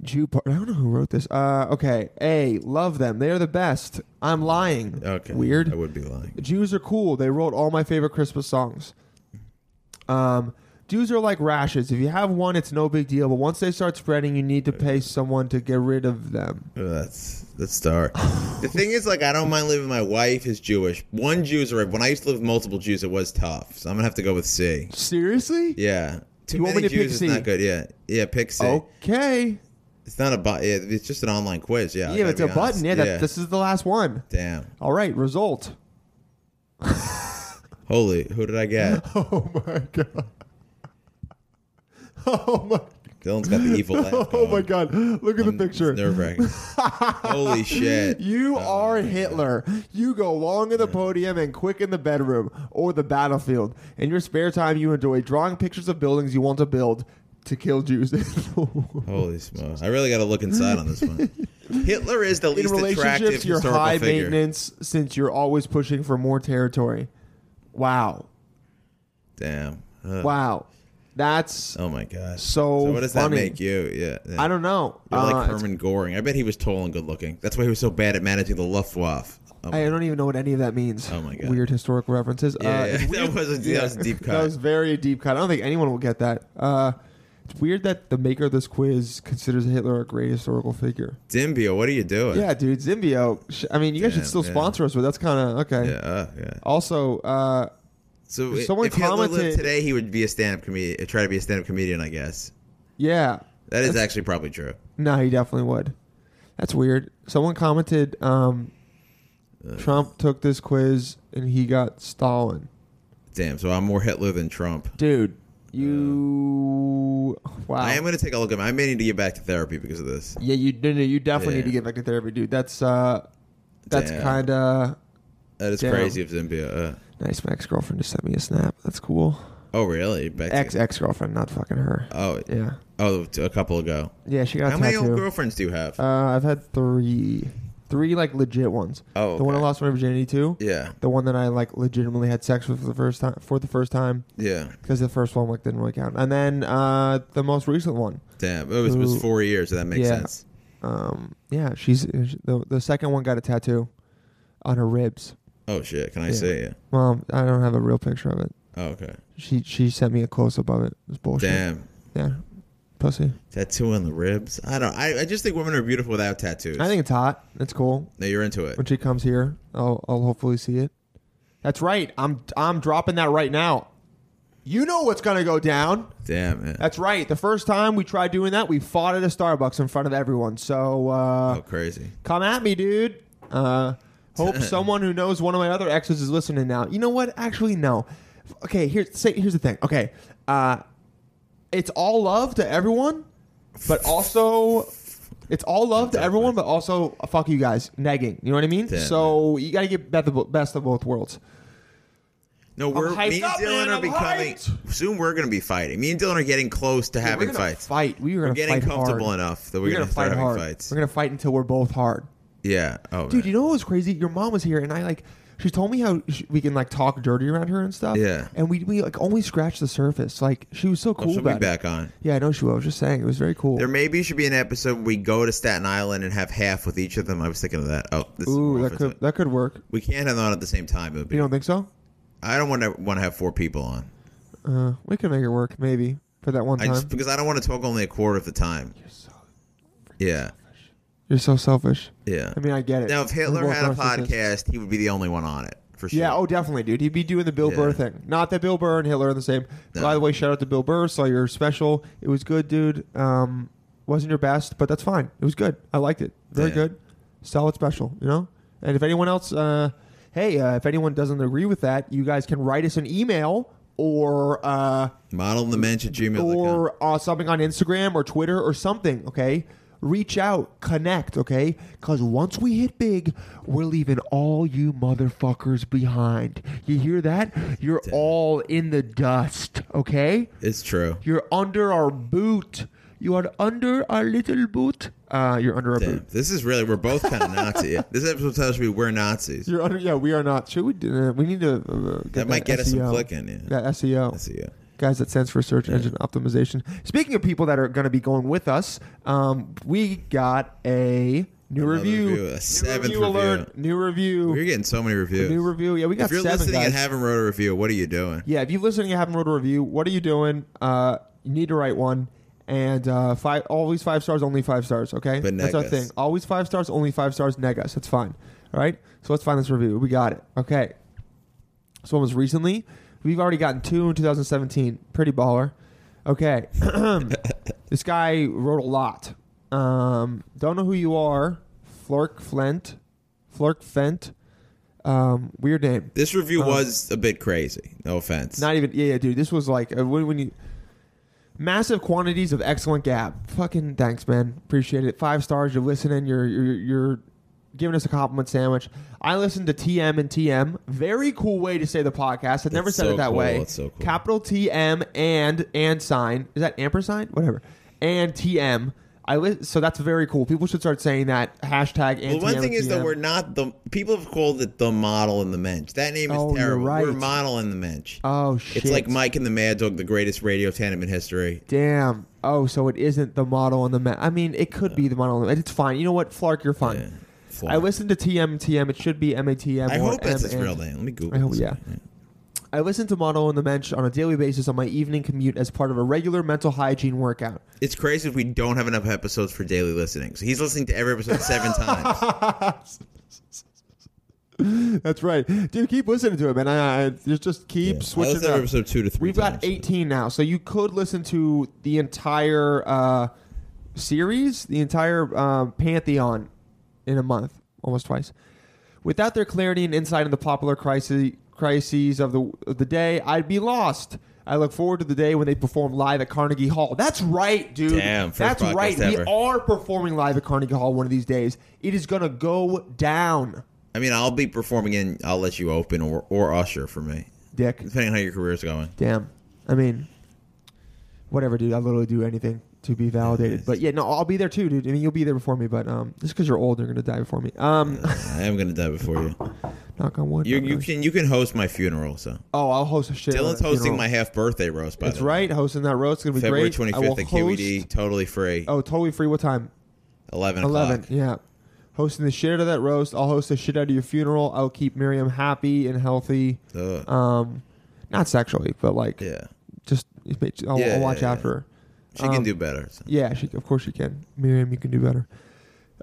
[SPEAKER 1] Jew part. I don't know who wrote this. Uh, okay. A. Love them. They are the best. I'm lying.
[SPEAKER 3] Okay.
[SPEAKER 1] Weird.
[SPEAKER 3] I would be lying.
[SPEAKER 1] Jews are cool. They wrote all my favorite Christmas songs. Um, Jews are like rashes. If you have one, it's no big deal. But once they start spreading, you need to pay someone to get rid of them.
[SPEAKER 3] Oh, that's that's dark. the thing is, like, I don't mind living. with My wife is Jewish. One Jew's alright. When I used to live with multiple Jews, it was tough. So I'm gonna have to go with C.
[SPEAKER 1] Seriously?
[SPEAKER 3] Yeah. Too
[SPEAKER 1] You want me
[SPEAKER 3] many
[SPEAKER 1] to pick
[SPEAKER 3] Jews
[SPEAKER 1] C? Oh.
[SPEAKER 3] is not good. Yeah. Yeah. Pick C.
[SPEAKER 1] Okay.
[SPEAKER 3] It's not a button. Yeah, it's just an online quiz. Yeah. I
[SPEAKER 1] yeah,
[SPEAKER 3] gotta
[SPEAKER 1] it's
[SPEAKER 3] be
[SPEAKER 1] a
[SPEAKER 3] honest.
[SPEAKER 1] button. Yeah, That, this is the last one.
[SPEAKER 3] Damn.
[SPEAKER 1] All right. Result.
[SPEAKER 3] Holy, who did I get?
[SPEAKER 1] Oh my god. Oh my.
[SPEAKER 3] Dylan's got the evil laugh.
[SPEAKER 1] Oh my god. Look at the picture.
[SPEAKER 3] Nerve wracking. Holy shit.
[SPEAKER 1] You are Hitler. You go long in the podium and quick in the bedroom or the battlefield. In your spare time, you enjoy drawing pictures of buildings you want to build to kill Jews. in
[SPEAKER 3] Holy smokes. I really got to look inside on this one. Hitler is the least attractive
[SPEAKER 1] relationships, you're
[SPEAKER 3] historical
[SPEAKER 1] high
[SPEAKER 3] figure.
[SPEAKER 1] maintenance since you're always pushing for more territory. Wow.
[SPEAKER 3] Damn. Ugh.
[SPEAKER 1] Wow. That's.
[SPEAKER 3] Oh my gosh.
[SPEAKER 1] So
[SPEAKER 3] what does
[SPEAKER 1] funny.
[SPEAKER 3] that make you? Yeah. yeah.
[SPEAKER 1] I don't know.
[SPEAKER 3] You're
[SPEAKER 1] Uh,
[SPEAKER 3] like
[SPEAKER 1] it's-
[SPEAKER 3] Herman Goring. I bet he was tall and good looking. That's why he was so bad at managing the Luftwaffe. Oh my,
[SPEAKER 1] I uh, don't even know what any of that means.
[SPEAKER 3] Oh my God.
[SPEAKER 1] Weird historical references.
[SPEAKER 3] yeah,
[SPEAKER 1] uh,
[SPEAKER 3] yeah.
[SPEAKER 1] it's
[SPEAKER 3] That,
[SPEAKER 1] weird-
[SPEAKER 3] was a, that was a deep cut.
[SPEAKER 1] That was very deep cut. I don't think anyone will get that. Uh, it's weird that the maker of this quiz considers Hitler a great historical figure.
[SPEAKER 3] Dimbio, what are you doing?
[SPEAKER 1] Yeah, dude, Zimbio. sh- I mean, you guys should
[SPEAKER 3] Damn,
[SPEAKER 1] still
[SPEAKER 3] yeah.
[SPEAKER 1] sponsor us, but that's kind of okay.
[SPEAKER 3] Yeah. uh, yeah.
[SPEAKER 1] Also, uh,
[SPEAKER 3] So
[SPEAKER 1] If
[SPEAKER 3] if
[SPEAKER 1] someone
[SPEAKER 3] if Hitler
[SPEAKER 1] commented-
[SPEAKER 3] lived today, he would be a stand-up comedian. Try to be a stand-up comedian, I guess.
[SPEAKER 1] yeah,
[SPEAKER 3] That is actually probably true.
[SPEAKER 1] no, he definitely would. That's weird. Someone commented, um, Trump took this quiz and he got Stalin.
[SPEAKER 3] Damn. So I'm more Hitler than Trump.
[SPEAKER 1] Dude, you wow.
[SPEAKER 3] I am going to take a look at. I may need to get back to therapy because of this.
[SPEAKER 1] Yeah, you no, no, you definitely need to
[SPEAKER 3] Yeah.
[SPEAKER 1] get back to therapy, dude. That's uh, that's
[SPEAKER 3] Damn.
[SPEAKER 1] kind of
[SPEAKER 3] That is
[SPEAKER 1] Damn.
[SPEAKER 3] crazy of Zimbia. Uh,
[SPEAKER 1] Nice. My ex girlfriend just sent me a snap. That's cool.
[SPEAKER 3] Oh, really? Back to-
[SPEAKER 1] Ex ex girlfriend, not fucking her.
[SPEAKER 3] Oh,
[SPEAKER 1] Yeah.
[SPEAKER 3] oh, a couple ago.
[SPEAKER 1] Yeah, she got
[SPEAKER 3] How
[SPEAKER 1] a
[SPEAKER 3] many
[SPEAKER 1] tattoo.
[SPEAKER 3] old girlfriends do you have?
[SPEAKER 1] uh, I've had three, three like legit ones.
[SPEAKER 3] Oh,
[SPEAKER 1] The one I
[SPEAKER 3] okay.
[SPEAKER 1] lost my virginity to.
[SPEAKER 3] yeah,
[SPEAKER 1] The one that I like legitimately had sex with for the first time. For the first time,
[SPEAKER 3] yeah.
[SPEAKER 1] because the first one like didn't really count. And then uh, the most recent one.
[SPEAKER 3] Damn, Oh, it was, it was
[SPEAKER 1] Who-
[SPEAKER 3] four years. So that makes
[SPEAKER 1] Yeah.
[SPEAKER 3] sense.
[SPEAKER 1] Um, yeah, she's the, the second one got a tattoo on her ribs.
[SPEAKER 3] Oh shit! Can I
[SPEAKER 1] Yeah.
[SPEAKER 3] see it?
[SPEAKER 1] Well, I don't have a real picture of it.
[SPEAKER 3] Oh, okay.
[SPEAKER 1] She she sent me a close up of it. It's bullshit.
[SPEAKER 3] Damn.
[SPEAKER 1] Yeah, pussy.
[SPEAKER 3] Tattoo on the ribs. I don't. I, I just think women are beautiful without tattoos.
[SPEAKER 1] I think it's hot. It's cool.
[SPEAKER 3] No, you're into it.
[SPEAKER 1] When she comes here, I'll I'll hopefully see it. That's right. I'm I'm dropping that right now. You know what's gonna go down.
[SPEAKER 3] Damn man.
[SPEAKER 1] That's right. The first time we tried doing that, we fought at a Starbucks in front of everyone. So uh,
[SPEAKER 3] Oh, crazy.
[SPEAKER 1] come at me, dude. Uh, hope someone who knows one of my other exes is listening now. You know what? Actually, no. Okay, here's say, here's the thing. Okay, uh, it's all love to everyone, but also it's all love to everyone, but also uh, fuck you guys negging. You know what I mean?
[SPEAKER 3] Damn,
[SPEAKER 1] so you got to get best of, bo- best of both worlds.
[SPEAKER 3] No, we're
[SPEAKER 1] hyped
[SPEAKER 3] me and
[SPEAKER 1] up,
[SPEAKER 3] Dylan
[SPEAKER 1] man,
[SPEAKER 3] are
[SPEAKER 1] I'm
[SPEAKER 3] becoming soon. We're gonna be fighting. Me and Dylan are getting close to having
[SPEAKER 1] we're gonna
[SPEAKER 3] fights.
[SPEAKER 1] Fight. We are gonna
[SPEAKER 3] We're getting
[SPEAKER 1] fight
[SPEAKER 3] comfortable
[SPEAKER 1] hard.
[SPEAKER 3] enough that
[SPEAKER 1] We're
[SPEAKER 3] we're,
[SPEAKER 1] gonna, fight
[SPEAKER 3] start
[SPEAKER 1] hard.
[SPEAKER 3] having fights.
[SPEAKER 1] We're gonna fight until we're both hard.
[SPEAKER 3] yeah. Oh,
[SPEAKER 1] Dude,
[SPEAKER 3] man.
[SPEAKER 1] you know what was crazy? Your mom was here, and I like she told me how sh we can like talk dirty around her and stuff.
[SPEAKER 3] Yeah.
[SPEAKER 1] and we we like only scratched the surface. Like she was so cool
[SPEAKER 3] she'll
[SPEAKER 1] about
[SPEAKER 3] be
[SPEAKER 1] it.
[SPEAKER 3] back on.
[SPEAKER 1] Yeah, I know she will. I was just saying it was very cool.
[SPEAKER 3] There maybe should be an episode where we go to Staten Island and have half with each of them. I was thinking of that. Oh, this is
[SPEAKER 1] Ooh,
[SPEAKER 3] more
[SPEAKER 1] that could
[SPEAKER 3] offensive.
[SPEAKER 1] that could work.
[SPEAKER 3] we can't have them on at the same time. It would be-
[SPEAKER 1] You don't think so?
[SPEAKER 3] I don't want to want to have four people on.
[SPEAKER 1] Uh, we can make it work maybe for that one
[SPEAKER 3] I
[SPEAKER 1] time.
[SPEAKER 3] just because I don't want to talk only a quarter of the time. Yeah,
[SPEAKER 1] You're so selfish.
[SPEAKER 3] yeah.
[SPEAKER 1] I mean, I get it.
[SPEAKER 3] Now, if Hitler
[SPEAKER 1] We're both
[SPEAKER 3] had a
[SPEAKER 1] narcissists.
[SPEAKER 3] podcast, he would be the only one on it for sure.
[SPEAKER 1] Yeah, oh, definitely, dude. He'd be doing the Bill
[SPEAKER 3] Yeah.
[SPEAKER 1] Burr thing. Not that Bill Burr and Hitler are the same.
[SPEAKER 3] No.
[SPEAKER 1] By the way, shout out to Bill Burr. Saw your special. It was good, dude. Um, wasn't your best, but that's fine. It was good. I liked it. Very
[SPEAKER 3] Yeah.
[SPEAKER 1] good. Solid special, you know? And if anyone else, uh, hey, uh, if anyone doesn't agree with that, you guys can write us an email or uh,
[SPEAKER 3] Model the mensch at gmail.com.
[SPEAKER 1] or uh, something on Instagram or Twitter or something, okay? Reach out, connect, okay? Because once we hit big, we're leaving all you motherfuckers behind. You hear that? You're all in the dust, okay?
[SPEAKER 3] it's true.
[SPEAKER 1] You're under our boot. You are under our little boot. Uh, you're under our
[SPEAKER 3] Damn,
[SPEAKER 1] boot.
[SPEAKER 3] this is really we're both kind of Nazi. This episode tells me we're Nazis.
[SPEAKER 1] You're under. Yeah, we are not. Should we? do- Uh, we need to. Uh, get
[SPEAKER 3] that might get
[SPEAKER 1] SEO.
[SPEAKER 3] us some clicking. Yeah. E
[SPEAKER 1] That SEO.
[SPEAKER 3] I see. Yeah.
[SPEAKER 1] guys that stands for search engine optimization speaking of people that are going to be going with us um, we got a new
[SPEAKER 3] Another
[SPEAKER 1] review,
[SPEAKER 3] review, a
[SPEAKER 1] New
[SPEAKER 3] seventh
[SPEAKER 1] review alert new review
[SPEAKER 3] We're getting so many reviews.
[SPEAKER 1] new review yeah we got
[SPEAKER 3] if you're
[SPEAKER 1] seven
[SPEAKER 3] listening
[SPEAKER 1] guys.
[SPEAKER 3] and haven't wrote a review, what are you doing?
[SPEAKER 1] yeah if you're listening and haven't wrote a review what are you doing uh, you need to write one and uh, five always five stars only five stars okay
[SPEAKER 3] But
[SPEAKER 1] that's our
[SPEAKER 3] neg us.
[SPEAKER 1] thing always five stars only five stars neg us that's fine all right so let's find this review we got it okay this one was recently. We've already gotten two in 2017. Pretty baller. Okay. this guy wrote a lot. Um, don't know who you are. Flork Flint. Flork Fent. Um, weird name.
[SPEAKER 3] This review was a bit crazy. No offense.
[SPEAKER 1] Uh-huh. Not even. Yeah, yeah, dude. This was like uh, when, when you massive quantities of excellent gab. Fucking thanks, man. Appreciate it. Five stars. You're listening. You're you're, you're giving us a compliment sandwich. I listened to TM and TM. Very cool way to say the podcast. I've never
[SPEAKER 3] That's
[SPEAKER 1] said
[SPEAKER 3] so
[SPEAKER 1] it that
[SPEAKER 3] cool.
[SPEAKER 1] way.
[SPEAKER 3] That's so cool.
[SPEAKER 1] Capital TM and and sign. Is that ampersand? Whatever. And TM. I li- so that's very cool. People should start saying that hashtag. And
[SPEAKER 3] well, one
[SPEAKER 1] TM
[SPEAKER 3] thing is that
[SPEAKER 1] TM.
[SPEAKER 3] we're not the people have called it the model and the mensch. That name is
[SPEAKER 1] Oh, you're
[SPEAKER 3] terrible.
[SPEAKER 1] right.
[SPEAKER 3] We're model and the mensch.
[SPEAKER 1] oh shit.
[SPEAKER 3] it's like Mike and the Mad Dog, the greatest radio tandem in history.
[SPEAKER 1] Damn. Oh, so it isn't the model on the map. I mean, it could be the model on the map. It's fine. You know what, Flark, you're fine.
[SPEAKER 3] Yeah. Flark.
[SPEAKER 1] I listened to TM TM. It should be M A T M.
[SPEAKER 3] I
[SPEAKER 1] or
[SPEAKER 3] hope that's
[SPEAKER 1] M
[SPEAKER 3] his
[SPEAKER 1] and-
[SPEAKER 3] real name. Let me Google.
[SPEAKER 1] I hope,
[SPEAKER 3] this.
[SPEAKER 1] yeah. I listen to Model on the Bench on a daily basis on my evening commute as part of a regular mental hygiene workout.
[SPEAKER 3] It's crazy if we don't have enough episodes for daily listening. So he's listening to every episode seven times.
[SPEAKER 1] That's right, dude. Keep listening to it, man. I, I just just keep
[SPEAKER 3] I
[SPEAKER 1] switching
[SPEAKER 3] listen
[SPEAKER 1] it
[SPEAKER 3] to
[SPEAKER 1] up.
[SPEAKER 3] episode two to three.
[SPEAKER 1] We've got
[SPEAKER 3] times.
[SPEAKER 1] 18 now, so you could listen to the entire uh, series, the entire um, pantheon, in a month, almost twice. Without their clarity and insight into the popular crisis, crises of the of the day, I'd be lost. I look forward to the day when they perform live at Carnegie Hall. That's right, dude.
[SPEAKER 3] Damn, first
[SPEAKER 1] That's
[SPEAKER 3] podcast
[SPEAKER 1] right.
[SPEAKER 3] ever.
[SPEAKER 1] We are performing live at Carnegie Hall one of these days. It is gonna go down.
[SPEAKER 3] I mean, I'll be performing in I'll Let You Open or, or Usher for me,
[SPEAKER 1] Dick.
[SPEAKER 3] depending on how your career's going.
[SPEAKER 1] Damn. I mean, whatever, dude. I'll literally do anything to be validated. But yeah, no, I'll be there too, dude. I mean, you'll be there before me, but um, just because you're old, you're gonna die before me. Um,
[SPEAKER 3] I am gonna die before you.
[SPEAKER 1] knock on wood.
[SPEAKER 3] You
[SPEAKER 1] knock
[SPEAKER 3] you
[SPEAKER 1] on-
[SPEAKER 3] can you can host my funeral. So
[SPEAKER 1] Oh, I'll host a shit.
[SPEAKER 3] Dylan's hosting my half birthday roast. By
[SPEAKER 1] That's
[SPEAKER 3] the way.
[SPEAKER 1] right, hosting that roast. It's gonna be
[SPEAKER 3] February
[SPEAKER 1] great. I
[SPEAKER 3] twenty
[SPEAKER 1] will
[SPEAKER 3] fifth at QED,
[SPEAKER 1] host-
[SPEAKER 3] totally free.
[SPEAKER 1] Oh, totally free. What time?
[SPEAKER 3] Eleven o'clock.
[SPEAKER 1] 11 yeah hosting the shit out of that roast i'll host the shit out of your funeral i'll keep miriam happy and healthy
[SPEAKER 3] Ugh.
[SPEAKER 1] um not sexually but like
[SPEAKER 3] yeah,
[SPEAKER 1] just i'll,
[SPEAKER 3] Yeah,
[SPEAKER 1] I'll watch
[SPEAKER 3] yeah, yeah.
[SPEAKER 1] after her
[SPEAKER 3] she
[SPEAKER 1] um,
[SPEAKER 3] can do better. so.
[SPEAKER 1] yeah she of course she can miriam you can do better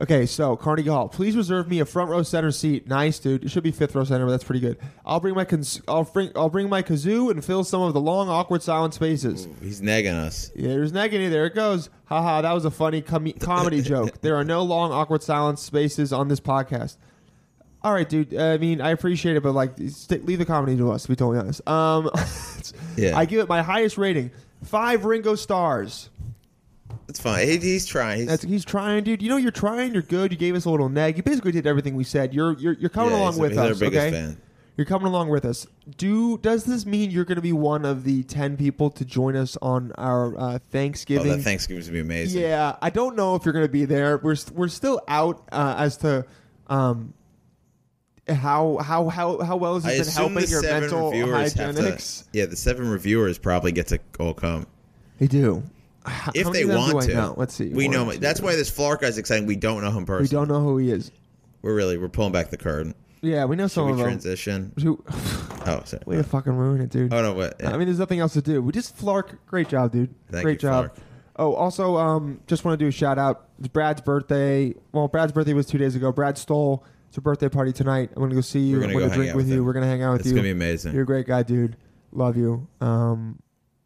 [SPEAKER 1] okay so carnegie hall please reserve me a front row center seat nice dude it should be fifth row center but that's pretty good i'll bring my cons- i'll bring i'll bring my kazoo and fill some of the long awkward silent spaces
[SPEAKER 3] He's negging us.
[SPEAKER 1] yeah, there's negative. There it goes. Haha, that was a funny com- comedy joke. There are no long, awkward silence spaces on this podcast. All right, dude. I mean, I appreciate it, but like, stick, leave the comedy to us. To be totally honest. Um,
[SPEAKER 3] Yeah.
[SPEAKER 1] I give it my highest rating, five Ringo stars.
[SPEAKER 3] It's fine. He, he's trying. He's,
[SPEAKER 1] That's he's trying, dude. You know, you're trying. You're good. You gave us a little neg. You basically did everything we said. You're you're, you're coming
[SPEAKER 3] yeah,
[SPEAKER 1] along
[SPEAKER 3] he's-
[SPEAKER 1] with
[SPEAKER 3] he's
[SPEAKER 1] us.
[SPEAKER 3] our biggest
[SPEAKER 1] okay.
[SPEAKER 3] fan. Oh,
[SPEAKER 1] You're coming along with us. Do does this mean you're going to be one of the ten people to join us on our uh,
[SPEAKER 3] Oh,
[SPEAKER 1] Thanksgiving
[SPEAKER 3] that Thanksgiving's gonna be amazing.
[SPEAKER 1] Yeah, I don't know if you're going to be there. We're st- we're still out uh, as to um, how how how how well has
[SPEAKER 3] I
[SPEAKER 1] this been
[SPEAKER 3] assume the
[SPEAKER 1] helping your
[SPEAKER 3] seven
[SPEAKER 1] mental
[SPEAKER 3] reviewers have to-
[SPEAKER 1] hygienics?
[SPEAKER 3] yeah, the seven reviewers probably get to all come
[SPEAKER 1] They do. How
[SPEAKER 3] if
[SPEAKER 1] many
[SPEAKER 3] they
[SPEAKER 1] of them do
[SPEAKER 3] want
[SPEAKER 1] I
[SPEAKER 3] to.
[SPEAKER 1] know? Let's see.
[SPEAKER 3] We
[SPEAKER 1] One,
[SPEAKER 3] know.
[SPEAKER 1] two,
[SPEAKER 3] That's why this Flark guy's exciting. We don't know him
[SPEAKER 1] we
[SPEAKER 3] personally.
[SPEAKER 1] don't know who he is.
[SPEAKER 3] We're really we're pulling back the curtain.
[SPEAKER 1] Yeah, we know
[SPEAKER 3] Should
[SPEAKER 1] some
[SPEAKER 3] we
[SPEAKER 1] of them.
[SPEAKER 3] transition?
[SPEAKER 1] Who-
[SPEAKER 3] Oh, sorry.
[SPEAKER 1] Way to fucking ruin it, dude.
[SPEAKER 3] Oh no, what?
[SPEAKER 1] I mean, there's nothing else to do. We just Flark. Great job, dude.
[SPEAKER 3] Thank
[SPEAKER 1] Great
[SPEAKER 3] you,
[SPEAKER 1] job.
[SPEAKER 3] Flark.
[SPEAKER 1] Oh, also, um, just want to do a shout out. It's Brad's birthday. Well, Brad's birthday was two days ago. Brad Stoll. It's a birthday party tonight. I'm gonna go see you.
[SPEAKER 3] We're
[SPEAKER 1] I'm
[SPEAKER 3] gonna go
[SPEAKER 1] gonna
[SPEAKER 3] hang
[SPEAKER 1] drink
[SPEAKER 3] out
[SPEAKER 1] with
[SPEAKER 3] with
[SPEAKER 1] you.
[SPEAKER 3] him.
[SPEAKER 1] We're gonna hang out with
[SPEAKER 3] it's
[SPEAKER 1] you.
[SPEAKER 3] gonna be amazing.
[SPEAKER 1] You're a great guy, dude. Love you. Um,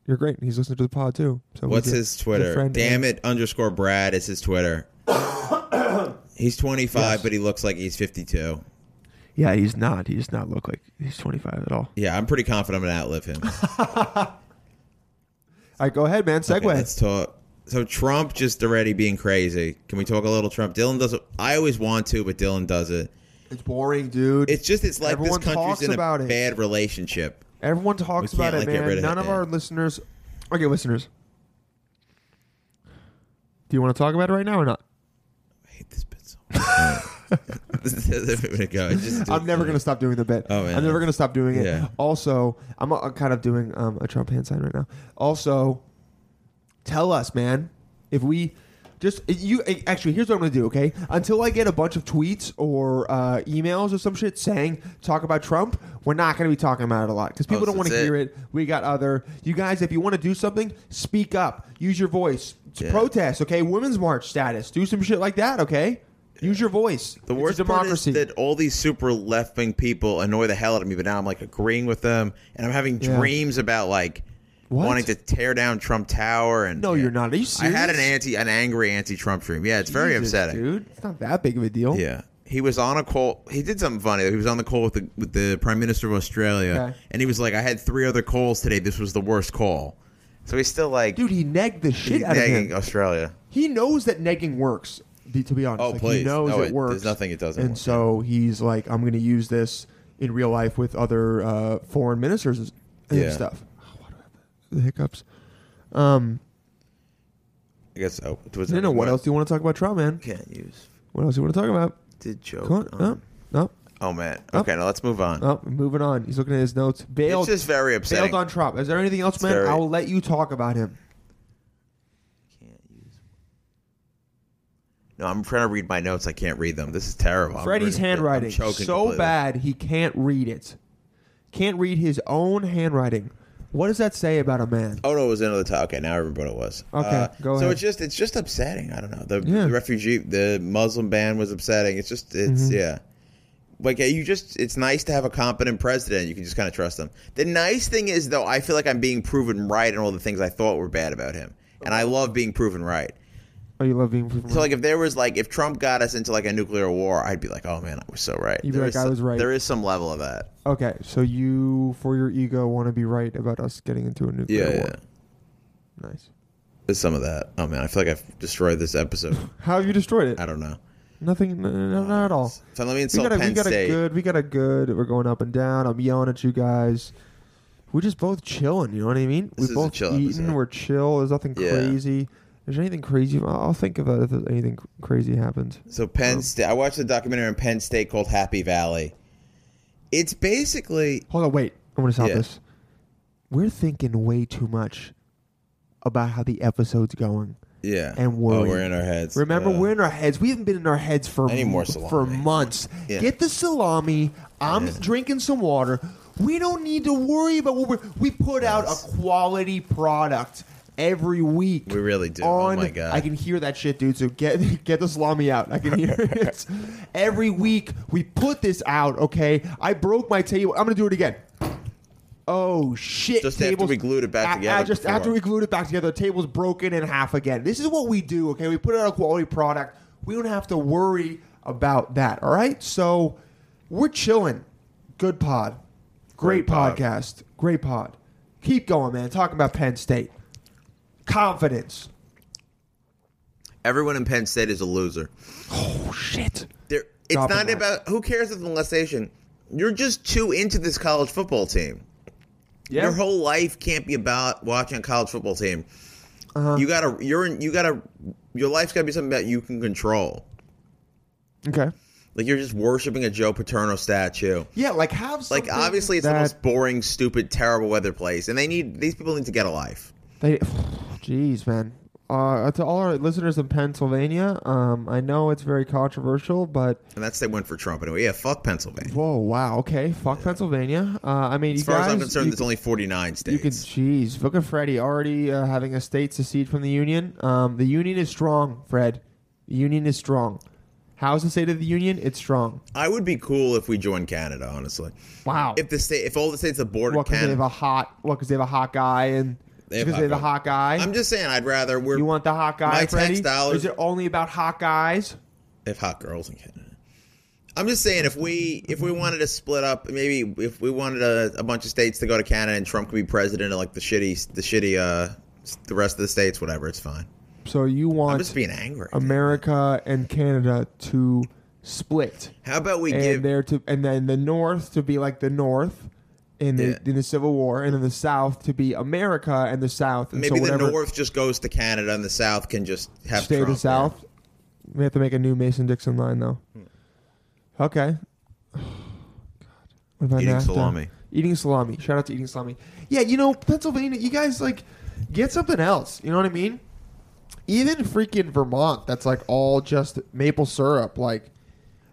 [SPEAKER 1] you're great. He's listening to the pod too. So
[SPEAKER 3] What's
[SPEAKER 1] he's a
[SPEAKER 3] his
[SPEAKER 1] good
[SPEAKER 3] Twitter?
[SPEAKER 1] friend.
[SPEAKER 3] Damn it underscore Brad is his Twitter. he's 25,
[SPEAKER 1] Yes.
[SPEAKER 3] but he looks like he's 52.
[SPEAKER 1] Yeah, he's not. He does not look like he's 25 at all.
[SPEAKER 3] Yeah, I'm pretty confident I'm gonna outlive him. Okay,
[SPEAKER 1] All right, go ahead, man. Segue.
[SPEAKER 3] let's talk. So Trump just already being crazy. Can we talk a little Trump? Dylan doesn't. I always want to, but Dylan does it.
[SPEAKER 1] it's boring, dude.
[SPEAKER 3] It's just it's like
[SPEAKER 1] Everyone
[SPEAKER 3] this
[SPEAKER 1] talks
[SPEAKER 3] country's in a
[SPEAKER 1] about it.
[SPEAKER 3] bad relationship.
[SPEAKER 1] Everyone talks
[SPEAKER 3] We can't,
[SPEAKER 1] about it,
[SPEAKER 3] like, get
[SPEAKER 1] man.
[SPEAKER 3] rid of
[SPEAKER 1] None
[SPEAKER 3] it,
[SPEAKER 1] of
[SPEAKER 3] yeah.
[SPEAKER 1] our listeners. Okay, listeners. Do you want to talk about it right now or not?
[SPEAKER 3] I hate this bit so much. This is a minute ago. It just-
[SPEAKER 1] I'm never gonna stop doing the bit.
[SPEAKER 3] Oh, man.
[SPEAKER 1] I'm never gonna stop doing it.
[SPEAKER 3] Yeah.
[SPEAKER 1] Also, I'm uh, kind of doing um, a Trump hand sign right now. Also, tell us, man, if we just you actually here's what I'm gonna do. Okay, until I get a bunch of tweets or uh, emails or some shit saying talk about Trump, we're not gonna be talking about it a lot because people
[SPEAKER 3] Oh,
[SPEAKER 1] don't
[SPEAKER 3] so
[SPEAKER 1] want to
[SPEAKER 3] that's
[SPEAKER 1] hear
[SPEAKER 3] it.
[SPEAKER 1] it. We got other you guys. If you want to do something, speak up. Use your voice.
[SPEAKER 3] Yeah.
[SPEAKER 1] Protest. Okay, Women's March status. Do some shit like that. Okay. Use your voice.
[SPEAKER 3] The
[SPEAKER 1] It's a
[SPEAKER 3] worst part is
[SPEAKER 1] democracy.
[SPEAKER 3] that all these super left wing people annoy the hell out of me, but now I'm like agreeing with them, and I'm having
[SPEAKER 1] Yeah.
[SPEAKER 3] dreams about like
[SPEAKER 1] What?
[SPEAKER 3] wanting to tear down Trump Tower. And
[SPEAKER 1] No, you're not. Are you
[SPEAKER 3] I had an
[SPEAKER 1] serious?
[SPEAKER 3] anti, an angry anti Trump dream. Yeah, it's very
[SPEAKER 1] Jesus,
[SPEAKER 3] upsetting.
[SPEAKER 1] dude. It's not that big of a deal.
[SPEAKER 3] Yeah, he was on a call. He did something funny. He was on the call with the with the Prime Minister of Australia,
[SPEAKER 1] Okay.
[SPEAKER 3] and he was like, "I had three other calls today. This was the worst call." So he's still like
[SPEAKER 1] dude. He negged the shit out of
[SPEAKER 3] nagging
[SPEAKER 1] him.
[SPEAKER 3] Australia.
[SPEAKER 1] He knows that negging works. be- To be honest,
[SPEAKER 3] Oh,
[SPEAKER 1] Like, he
[SPEAKER 3] please.
[SPEAKER 1] knows
[SPEAKER 3] No,
[SPEAKER 1] it,
[SPEAKER 3] it-
[SPEAKER 1] works.
[SPEAKER 3] there's nothing it doesn't
[SPEAKER 1] And
[SPEAKER 3] work.
[SPEAKER 1] so he's like, I'm going to use this in real life with other uh, foreign ministers and
[SPEAKER 3] Yeah.
[SPEAKER 1] stuff. Oh, why do I have the- the hiccups? Um,
[SPEAKER 3] I guess. Oh, was
[SPEAKER 1] no,
[SPEAKER 3] there
[SPEAKER 1] no.
[SPEAKER 3] any
[SPEAKER 1] What
[SPEAKER 3] more?
[SPEAKER 1] else do you want to talk about, Trump, man?
[SPEAKER 3] Can't use.
[SPEAKER 1] What else do you want to talk about?
[SPEAKER 3] Did joke.
[SPEAKER 1] Come on,
[SPEAKER 3] on-
[SPEAKER 1] no, no,
[SPEAKER 3] Oh man.
[SPEAKER 1] Oh.
[SPEAKER 3] Okay, now let's move on.
[SPEAKER 1] no. Moving on. He's looking at his notes. Bailed,
[SPEAKER 3] It's just very
[SPEAKER 1] bailed
[SPEAKER 3] upsetting.
[SPEAKER 1] on Trump. Is there anything else, man?
[SPEAKER 3] very-
[SPEAKER 1] I'll let you talk about him.
[SPEAKER 3] No, I'm trying to read my notes. I can't read them. This is terrible. I'm
[SPEAKER 1] Freddie's
[SPEAKER 3] reading-
[SPEAKER 1] handwriting
[SPEAKER 3] I'm
[SPEAKER 1] so
[SPEAKER 3] choking completely.
[SPEAKER 1] bad he can't read it. Can't read his own handwriting. What does that say about a man?
[SPEAKER 3] Oh no, it was another top. Okay, now I remember what it was.
[SPEAKER 1] Okay,
[SPEAKER 3] Uh,
[SPEAKER 1] go
[SPEAKER 3] So
[SPEAKER 1] ahead.
[SPEAKER 3] it's just it's just upsetting. I don't know. The,
[SPEAKER 1] Yeah.
[SPEAKER 3] the refugee, the Muslim ban was upsetting. It's just it's
[SPEAKER 1] Mm-hmm.
[SPEAKER 3] yeah. Like yeah, you just it's nice to have a competent president. You can just kind of trust them. The nice thing is though, I feel like I'm being proven right in all the things I thought were bad about him, and I love being proven right.
[SPEAKER 1] Oh, you love being proven
[SPEAKER 3] So
[SPEAKER 1] wrong.
[SPEAKER 3] like if there was like if Trump got us into like a nuclear war, I'd be like, oh man, I was so right.
[SPEAKER 1] You'd be
[SPEAKER 3] There
[SPEAKER 1] like,
[SPEAKER 3] is
[SPEAKER 1] "I
[SPEAKER 3] some-
[SPEAKER 1] was right."
[SPEAKER 3] There is some level of that.
[SPEAKER 1] Okay, so you, for your ego, want to be right about us getting into a nuclear
[SPEAKER 3] Yeah,
[SPEAKER 1] war.
[SPEAKER 3] yeah.
[SPEAKER 1] Nice.
[SPEAKER 3] There's some of that. Oh man, I feel like I've destroyed this episode.
[SPEAKER 1] How have you destroyed it?
[SPEAKER 3] I don't know.
[SPEAKER 1] Nothing, no, no, no, not at all.
[SPEAKER 3] So let me
[SPEAKER 1] We
[SPEAKER 3] insult
[SPEAKER 1] got, a, we
[SPEAKER 3] Penn
[SPEAKER 1] got a
[SPEAKER 3] State.
[SPEAKER 1] good, we got a good. We're going up and down. I'm yelling at you guys. We're just both chilling. You know what I mean?
[SPEAKER 3] This is
[SPEAKER 1] We've
[SPEAKER 3] a
[SPEAKER 1] both
[SPEAKER 3] chill
[SPEAKER 1] eaten.
[SPEAKER 3] episode.
[SPEAKER 1] We're chill. There's nothing
[SPEAKER 3] Yeah.
[SPEAKER 1] crazy. There's anything crazy. I'll I'll think about if there's anything cr- crazy happens.
[SPEAKER 3] So Penn State. I watched a documentary on Penn State called Happy Valley. It's basically
[SPEAKER 1] Hold on, wait. I'm gonna stop
[SPEAKER 3] Yeah.
[SPEAKER 1] this. We're thinking way too much about how the episode's going.
[SPEAKER 3] yeah,
[SPEAKER 1] And
[SPEAKER 3] oh,
[SPEAKER 1] worry.
[SPEAKER 3] we're in our heads.
[SPEAKER 1] Remember,
[SPEAKER 3] Uh,
[SPEAKER 1] we're in our heads. We haven't been in our heads for
[SPEAKER 3] I need more
[SPEAKER 1] for
[SPEAKER 3] salami.
[SPEAKER 1] months.
[SPEAKER 3] Yeah.
[SPEAKER 1] Get the salami. I'm drinking some water. We don't need to worry about what we're. We put out
[SPEAKER 3] Yes.
[SPEAKER 1] a quality product every week.
[SPEAKER 3] We really do. Oh
[SPEAKER 1] On,
[SPEAKER 3] my God.
[SPEAKER 1] I can hear that shit, dude. So get get the salami out. I can hear it. Every week we put this out. Okay, I broke my table. I'm gonna do it again. Oh shit!
[SPEAKER 3] Just after
[SPEAKER 1] tables-
[SPEAKER 3] we glued it back
[SPEAKER 1] A- a-
[SPEAKER 3] together
[SPEAKER 1] Just
[SPEAKER 3] before.
[SPEAKER 1] after we glued it back together, the table's broken in half again. This is what we do. Okay, we put out a quality product. We don't have to worry about that. All right, so we're chilling. Good pod, great,
[SPEAKER 3] Great pod.
[SPEAKER 1] podcast, great pod. Keep going, man. Talking about Penn State, confidence.
[SPEAKER 3] Everyone in Penn State is a loser.
[SPEAKER 1] Oh shit!
[SPEAKER 3] There, it's
[SPEAKER 1] Drop
[SPEAKER 3] not
[SPEAKER 1] it.
[SPEAKER 3] about who cares if the molestation. You're just too into this college football team. Your whole life can't be about watching a college football team.
[SPEAKER 1] Uh-huh.
[SPEAKER 3] You gotta, you're in, you gotta, your life's gotta be something that you can control.
[SPEAKER 1] Okay.
[SPEAKER 3] Like you're just worshiping a Joe Paterno statue.
[SPEAKER 1] Yeah, like have
[SPEAKER 3] Like
[SPEAKER 1] something
[SPEAKER 3] obviously, it's the
[SPEAKER 1] that
[SPEAKER 3] most boring, stupid, terrible weather place, and they need these people need to get a life.
[SPEAKER 1] They, jeez, man. Uh, to all our listeners in Pennsylvania, um, I know it's very controversial, but
[SPEAKER 3] And that's they went for Trump anyway. Yeah, fuck Pennsylvania.
[SPEAKER 1] whoa, wow, okay, fuck Pennsylvania. Uh, I mean,
[SPEAKER 3] As
[SPEAKER 1] you
[SPEAKER 3] far
[SPEAKER 1] guys,
[SPEAKER 3] as I'm concerned,
[SPEAKER 1] you,
[SPEAKER 3] there's only 49
[SPEAKER 1] you can,
[SPEAKER 3] states.
[SPEAKER 1] jeez, look at Freddie already uh, having a state secede from the union. Um, the union is strong, Fred. The union is strong. How's the state of the union? It's strong.
[SPEAKER 3] I would be cool if we joined Canada, honestly.
[SPEAKER 1] Wow.
[SPEAKER 3] If the state, if all the states that border
[SPEAKER 1] what because they have
[SPEAKER 3] Canada,
[SPEAKER 1] a hot? What because they have a hot guy and
[SPEAKER 3] They have
[SPEAKER 1] because they have a
[SPEAKER 3] hot guy.
[SPEAKER 1] hot guy.
[SPEAKER 3] I'm just saying, I'd rather we're
[SPEAKER 1] you want the hot guy,
[SPEAKER 3] my tax
[SPEAKER 1] Freddie?
[SPEAKER 3] dollars-
[SPEAKER 1] Is it only about hot guys?
[SPEAKER 3] they have hot girls in Canada. I'm just saying, if we if we wanted to split up, maybe if we wanted a, a bunch of states to go to Canada and Trump could be president of like the shitty the shitty uh the rest of the states, whatever, it's fine.
[SPEAKER 1] So you
[SPEAKER 3] I'm
[SPEAKER 1] want
[SPEAKER 3] just being angry.
[SPEAKER 1] America and Canada to split,
[SPEAKER 3] How about we
[SPEAKER 1] and
[SPEAKER 3] give
[SPEAKER 1] there to, and then the North to be like the North in the
[SPEAKER 3] Yeah.
[SPEAKER 1] in the Civil War, and then the South to be America and the South. And
[SPEAKER 3] Maybe
[SPEAKER 1] so
[SPEAKER 3] the
[SPEAKER 1] whatever
[SPEAKER 3] North just goes to Canada and the South can just have
[SPEAKER 1] stay
[SPEAKER 3] Trump
[SPEAKER 1] the South. We have to make a new Mason Dixon line, though. Okay. What about
[SPEAKER 3] Hmm. Eating
[SPEAKER 1] NAFTA?
[SPEAKER 3] salami.
[SPEAKER 1] Eating salami. Shout out to eating salami. Yeah, you know Pennsylvania. You guys like get something else. You know what I mean? Even freaking Vermont, that's like all just maple syrup. Like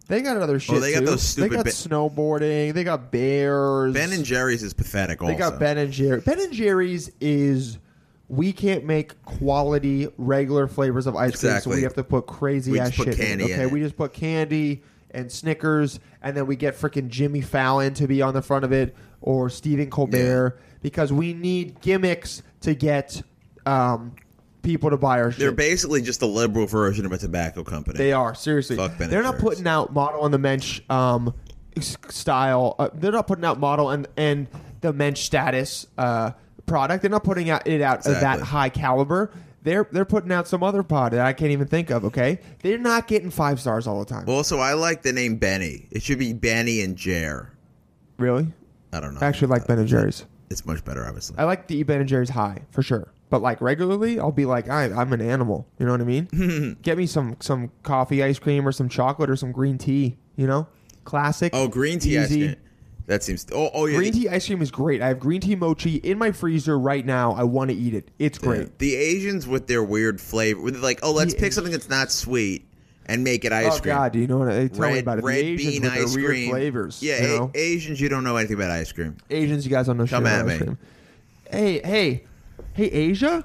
[SPEAKER 1] they got other shit.
[SPEAKER 3] they got
[SPEAKER 1] too.
[SPEAKER 3] those
[SPEAKER 1] They
[SPEAKER 3] stupid
[SPEAKER 1] got
[SPEAKER 3] Ben-
[SPEAKER 1] snowboarding. They got bears.
[SPEAKER 3] Ben and Jerry's is pathetic.
[SPEAKER 1] They
[SPEAKER 3] Also,
[SPEAKER 1] got Ben and Jerry. Ben and Jerry's is we can't make quality regular flavors of ice cream, so
[SPEAKER 3] Exactly.
[SPEAKER 1] we have to put crazy
[SPEAKER 3] We
[SPEAKER 1] ass
[SPEAKER 3] just put
[SPEAKER 1] shit.
[SPEAKER 3] candy
[SPEAKER 1] in.
[SPEAKER 3] in
[SPEAKER 1] Okay,
[SPEAKER 3] it.
[SPEAKER 1] we just put candy and Snickers, and then we get freaking Jimmy Fallon to be on the front of it or Stephen Colbert because we need gimmicks to get um, people to buy our shit.
[SPEAKER 3] They're basically just a liberal version of a tobacco company.
[SPEAKER 1] They are seriously.
[SPEAKER 3] Fuck Ben and
[SPEAKER 1] they're not
[SPEAKER 3] Jerry's.
[SPEAKER 1] putting out model on the mensch um, s- style. Uh, they're not putting out model and and the mensch status uh, product. They're not putting out it out of that
[SPEAKER 3] Exactly.
[SPEAKER 1] high caliber. They're they're putting out some other pod that I can't even think of. Okay, they're not getting five stars all the time.
[SPEAKER 3] Also, I like the name Benny. It should be Benny and Jer.
[SPEAKER 1] really,
[SPEAKER 3] I don't know. Uh,
[SPEAKER 1] I actually like Ben and Jerry's.
[SPEAKER 3] it's much better, obviously.
[SPEAKER 1] I like the Ben and Jerry's high for sure. But like regularly, I'll be like, I, I'm an animal. You know what I mean? Get me some some coffee, ice cream, or some chocolate, or some green tea. You know, classic.
[SPEAKER 3] oh, green tea ice
[SPEAKER 1] easy.
[SPEAKER 3] cream. That seems. Oh, oh yeah.
[SPEAKER 1] Green
[SPEAKER 3] the,
[SPEAKER 1] tea ice cream is great. I have green tea mochi in my freezer right now. I want to eat it. It's great.
[SPEAKER 3] The Asians with their weird flavor, with like, oh, let's
[SPEAKER 1] The
[SPEAKER 3] pick something that's not sweet and make it ice
[SPEAKER 1] oh
[SPEAKER 3] cream.
[SPEAKER 1] God, do you know what? I, tell me
[SPEAKER 3] Red,
[SPEAKER 1] about it. The
[SPEAKER 3] red
[SPEAKER 1] Asians
[SPEAKER 3] bean
[SPEAKER 1] with their
[SPEAKER 3] ice
[SPEAKER 1] weird
[SPEAKER 3] cream
[SPEAKER 1] flavors.
[SPEAKER 3] Yeah,
[SPEAKER 1] you
[SPEAKER 3] A-
[SPEAKER 1] know?
[SPEAKER 3] Asians, you don't know anything about ice cream.
[SPEAKER 1] Asians, you guys don't know shit
[SPEAKER 3] Come
[SPEAKER 1] about
[SPEAKER 3] at
[SPEAKER 1] ice
[SPEAKER 3] me.
[SPEAKER 1] cream. Hey, hey, hey, Asia.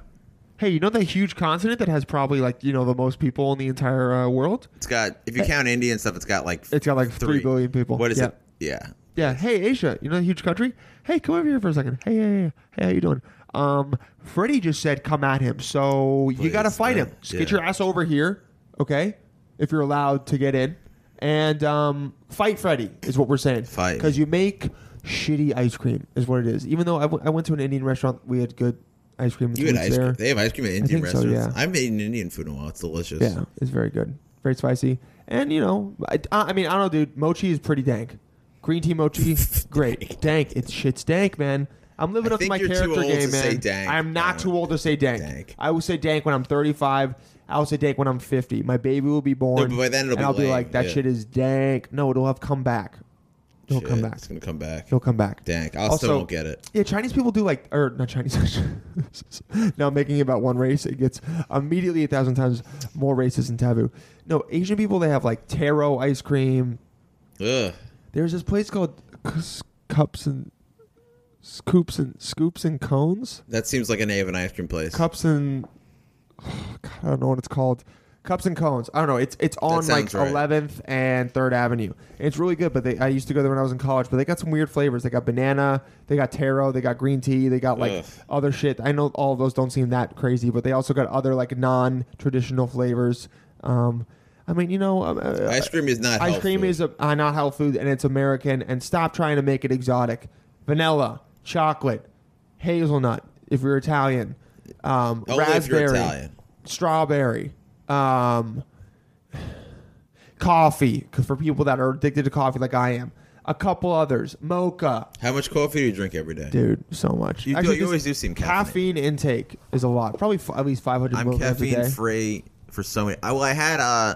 [SPEAKER 1] Hey, you know that huge continent that has probably like you know the most people in the entire uh, world?
[SPEAKER 3] It's got if you count Indian stuff, it's got like
[SPEAKER 1] Eh. It's got like
[SPEAKER 3] three
[SPEAKER 1] three billion people.
[SPEAKER 3] What is
[SPEAKER 1] yeah.
[SPEAKER 3] it? Yeah.
[SPEAKER 1] Yeah. Hey, Asia, you know the huge country? Hey, come over here for a second. Hey, hey, hey, hey how you doing? Um, Freddie just said, come at him. So you
[SPEAKER 3] Please,
[SPEAKER 1] got to fight
[SPEAKER 3] yeah,
[SPEAKER 1] him. Just Get
[SPEAKER 3] yeah.
[SPEAKER 1] your ass over here, okay? If you're allowed to get in. And um, fight Freddie is what we're saying.
[SPEAKER 3] Fight.
[SPEAKER 1] Because you make shitty ice cream, is what it is. Even though I, w- I went to an Indian restaurant, we had good ice cream.
[SPEAKER 3] You had
[SPEAKER 1] sweets
[SPEAKER 3] ice
[SPEAKER 1] there.
[SPEAKER 3] cream. They have ice cream at Indian
[SPEAKER 1] think so,
[SPEAKER 3] restaurants.
[SPEAKER 1] yeah.
[SPEAKER 3] I've made an Indian food in a while. It's delicious.
[SPEAKER 1] Yeah, it's very good. very spicy. And you know, I, I mean, I don't know, dude. Mochi is pretty dank. Green tea mochi, great, dank. It's shit's dank, man. I'm living
[SPEAKER 3] I
[SPEAKER 1] up to
[SPEAKER 3] think
[SPEAKER 1] my
[SPEAKER 3] you're too
[SPEAKER 1] character
[SPEAKER 3] old
[SPEAKER 1] game,
[SPEAKER 3] to
[SPEAKER 1] man.
[SPEAKER 3] say dank.
[SPEAKER 1] I'm not
[SPEAKER 3] Uh,
[SPEAKER 1] too old to say dank.
[SPEAKER 3] dank.
[SPEAKER 1] I will say dank when I'm 35. I will say dank when I'm 50. My baby will be born.
[SPEAKER 3] No, but by then
[SPEAKER 1] and
[SPEAKER 3] it'll be
[SPEAKER 1] I'll be
[SPEAKER 3] lame,
[SPEAKER 1] like, that
[SPEAKER 3] yeah.
[SPEAKER 1] shit is dank. No, it'll have come back. It'll come
[SPEAKER 3] Shit,
[SPEAKER 1] back.
[SPEAKER 3] It's gonna come back.
[SPEAKER 1] It'll come back.
[SPEAKER 3] Dank. I
[SPEAKER 1] Also-
[SPEAKER 3] still don't get it.
[SPEAKER 1] Yeah, Chinese people do like, or not Chinese. now I'm making it about one race, it gets immediately a thousand times more racist and taboo. No, Asian people they have like taro ice cream.
[SPEAKER 3] Ugh.
[SPEAKER 1] There's this place called Cus- Cups and Scoops and Scoops and Cones.
[SPEAKER 3] That seems like a name of an ice cream place.
[SPEAKER 1] Cups and God, I don't know what it's called. Cups and cones. I don't know. It's it's on like
[SPEAKER 3] sounds right.
[SPEAKER 1] 11th and 3rd Avenue. It's really good, but they I used to go there when I was in college, but they got some weird flavors. They got banana, they got taro, they got green tea, they got like
[SPEAKER 3] Ugh.
[SPEAKER 1] other shit. I know all of those don't seem that crazy, but they also got other like non-traditional flavors. Um I mean, you know, um, uh,
[SPEAKER 3] Ice cream is not.
[SPEAKER 1] ice
[SPEAKER 3] health
[SPEAKER 1] cream
[SPEAKER 3] food.
[SPEAKER 1] is a, uh, not health food and it's American. And stop trying to make it exotic. Vanilla, chocolate, hazelnut. If you're Italian, um,
[SPEAKER 3] Only
[SPEAKER 1] raspberry,
[SPEAKER 3] if you're Italian.
[SPEAKER 1] strawberry, um, coffee 'cause for people that are addicted to coffee like I am. A couple others, mocha,
[SPEAKER 3] How much coffee do you drink every day?
[SPEAKER 1] dude, so much.
[SPEAKER 3] You do- you
[SPEAKER 1] this
[SPEAKER 3] always do seem
[SPEAKER 1] caffeine intake is a lot. Probably f- at least 500
[SPEAKER 3] I'm
[SPEAKER 1] milligrams a
[SPEAKER 3] caffeine
[SPEAKER 1] day.
[SPEAKER 3] free for so many. I, well, I had uh,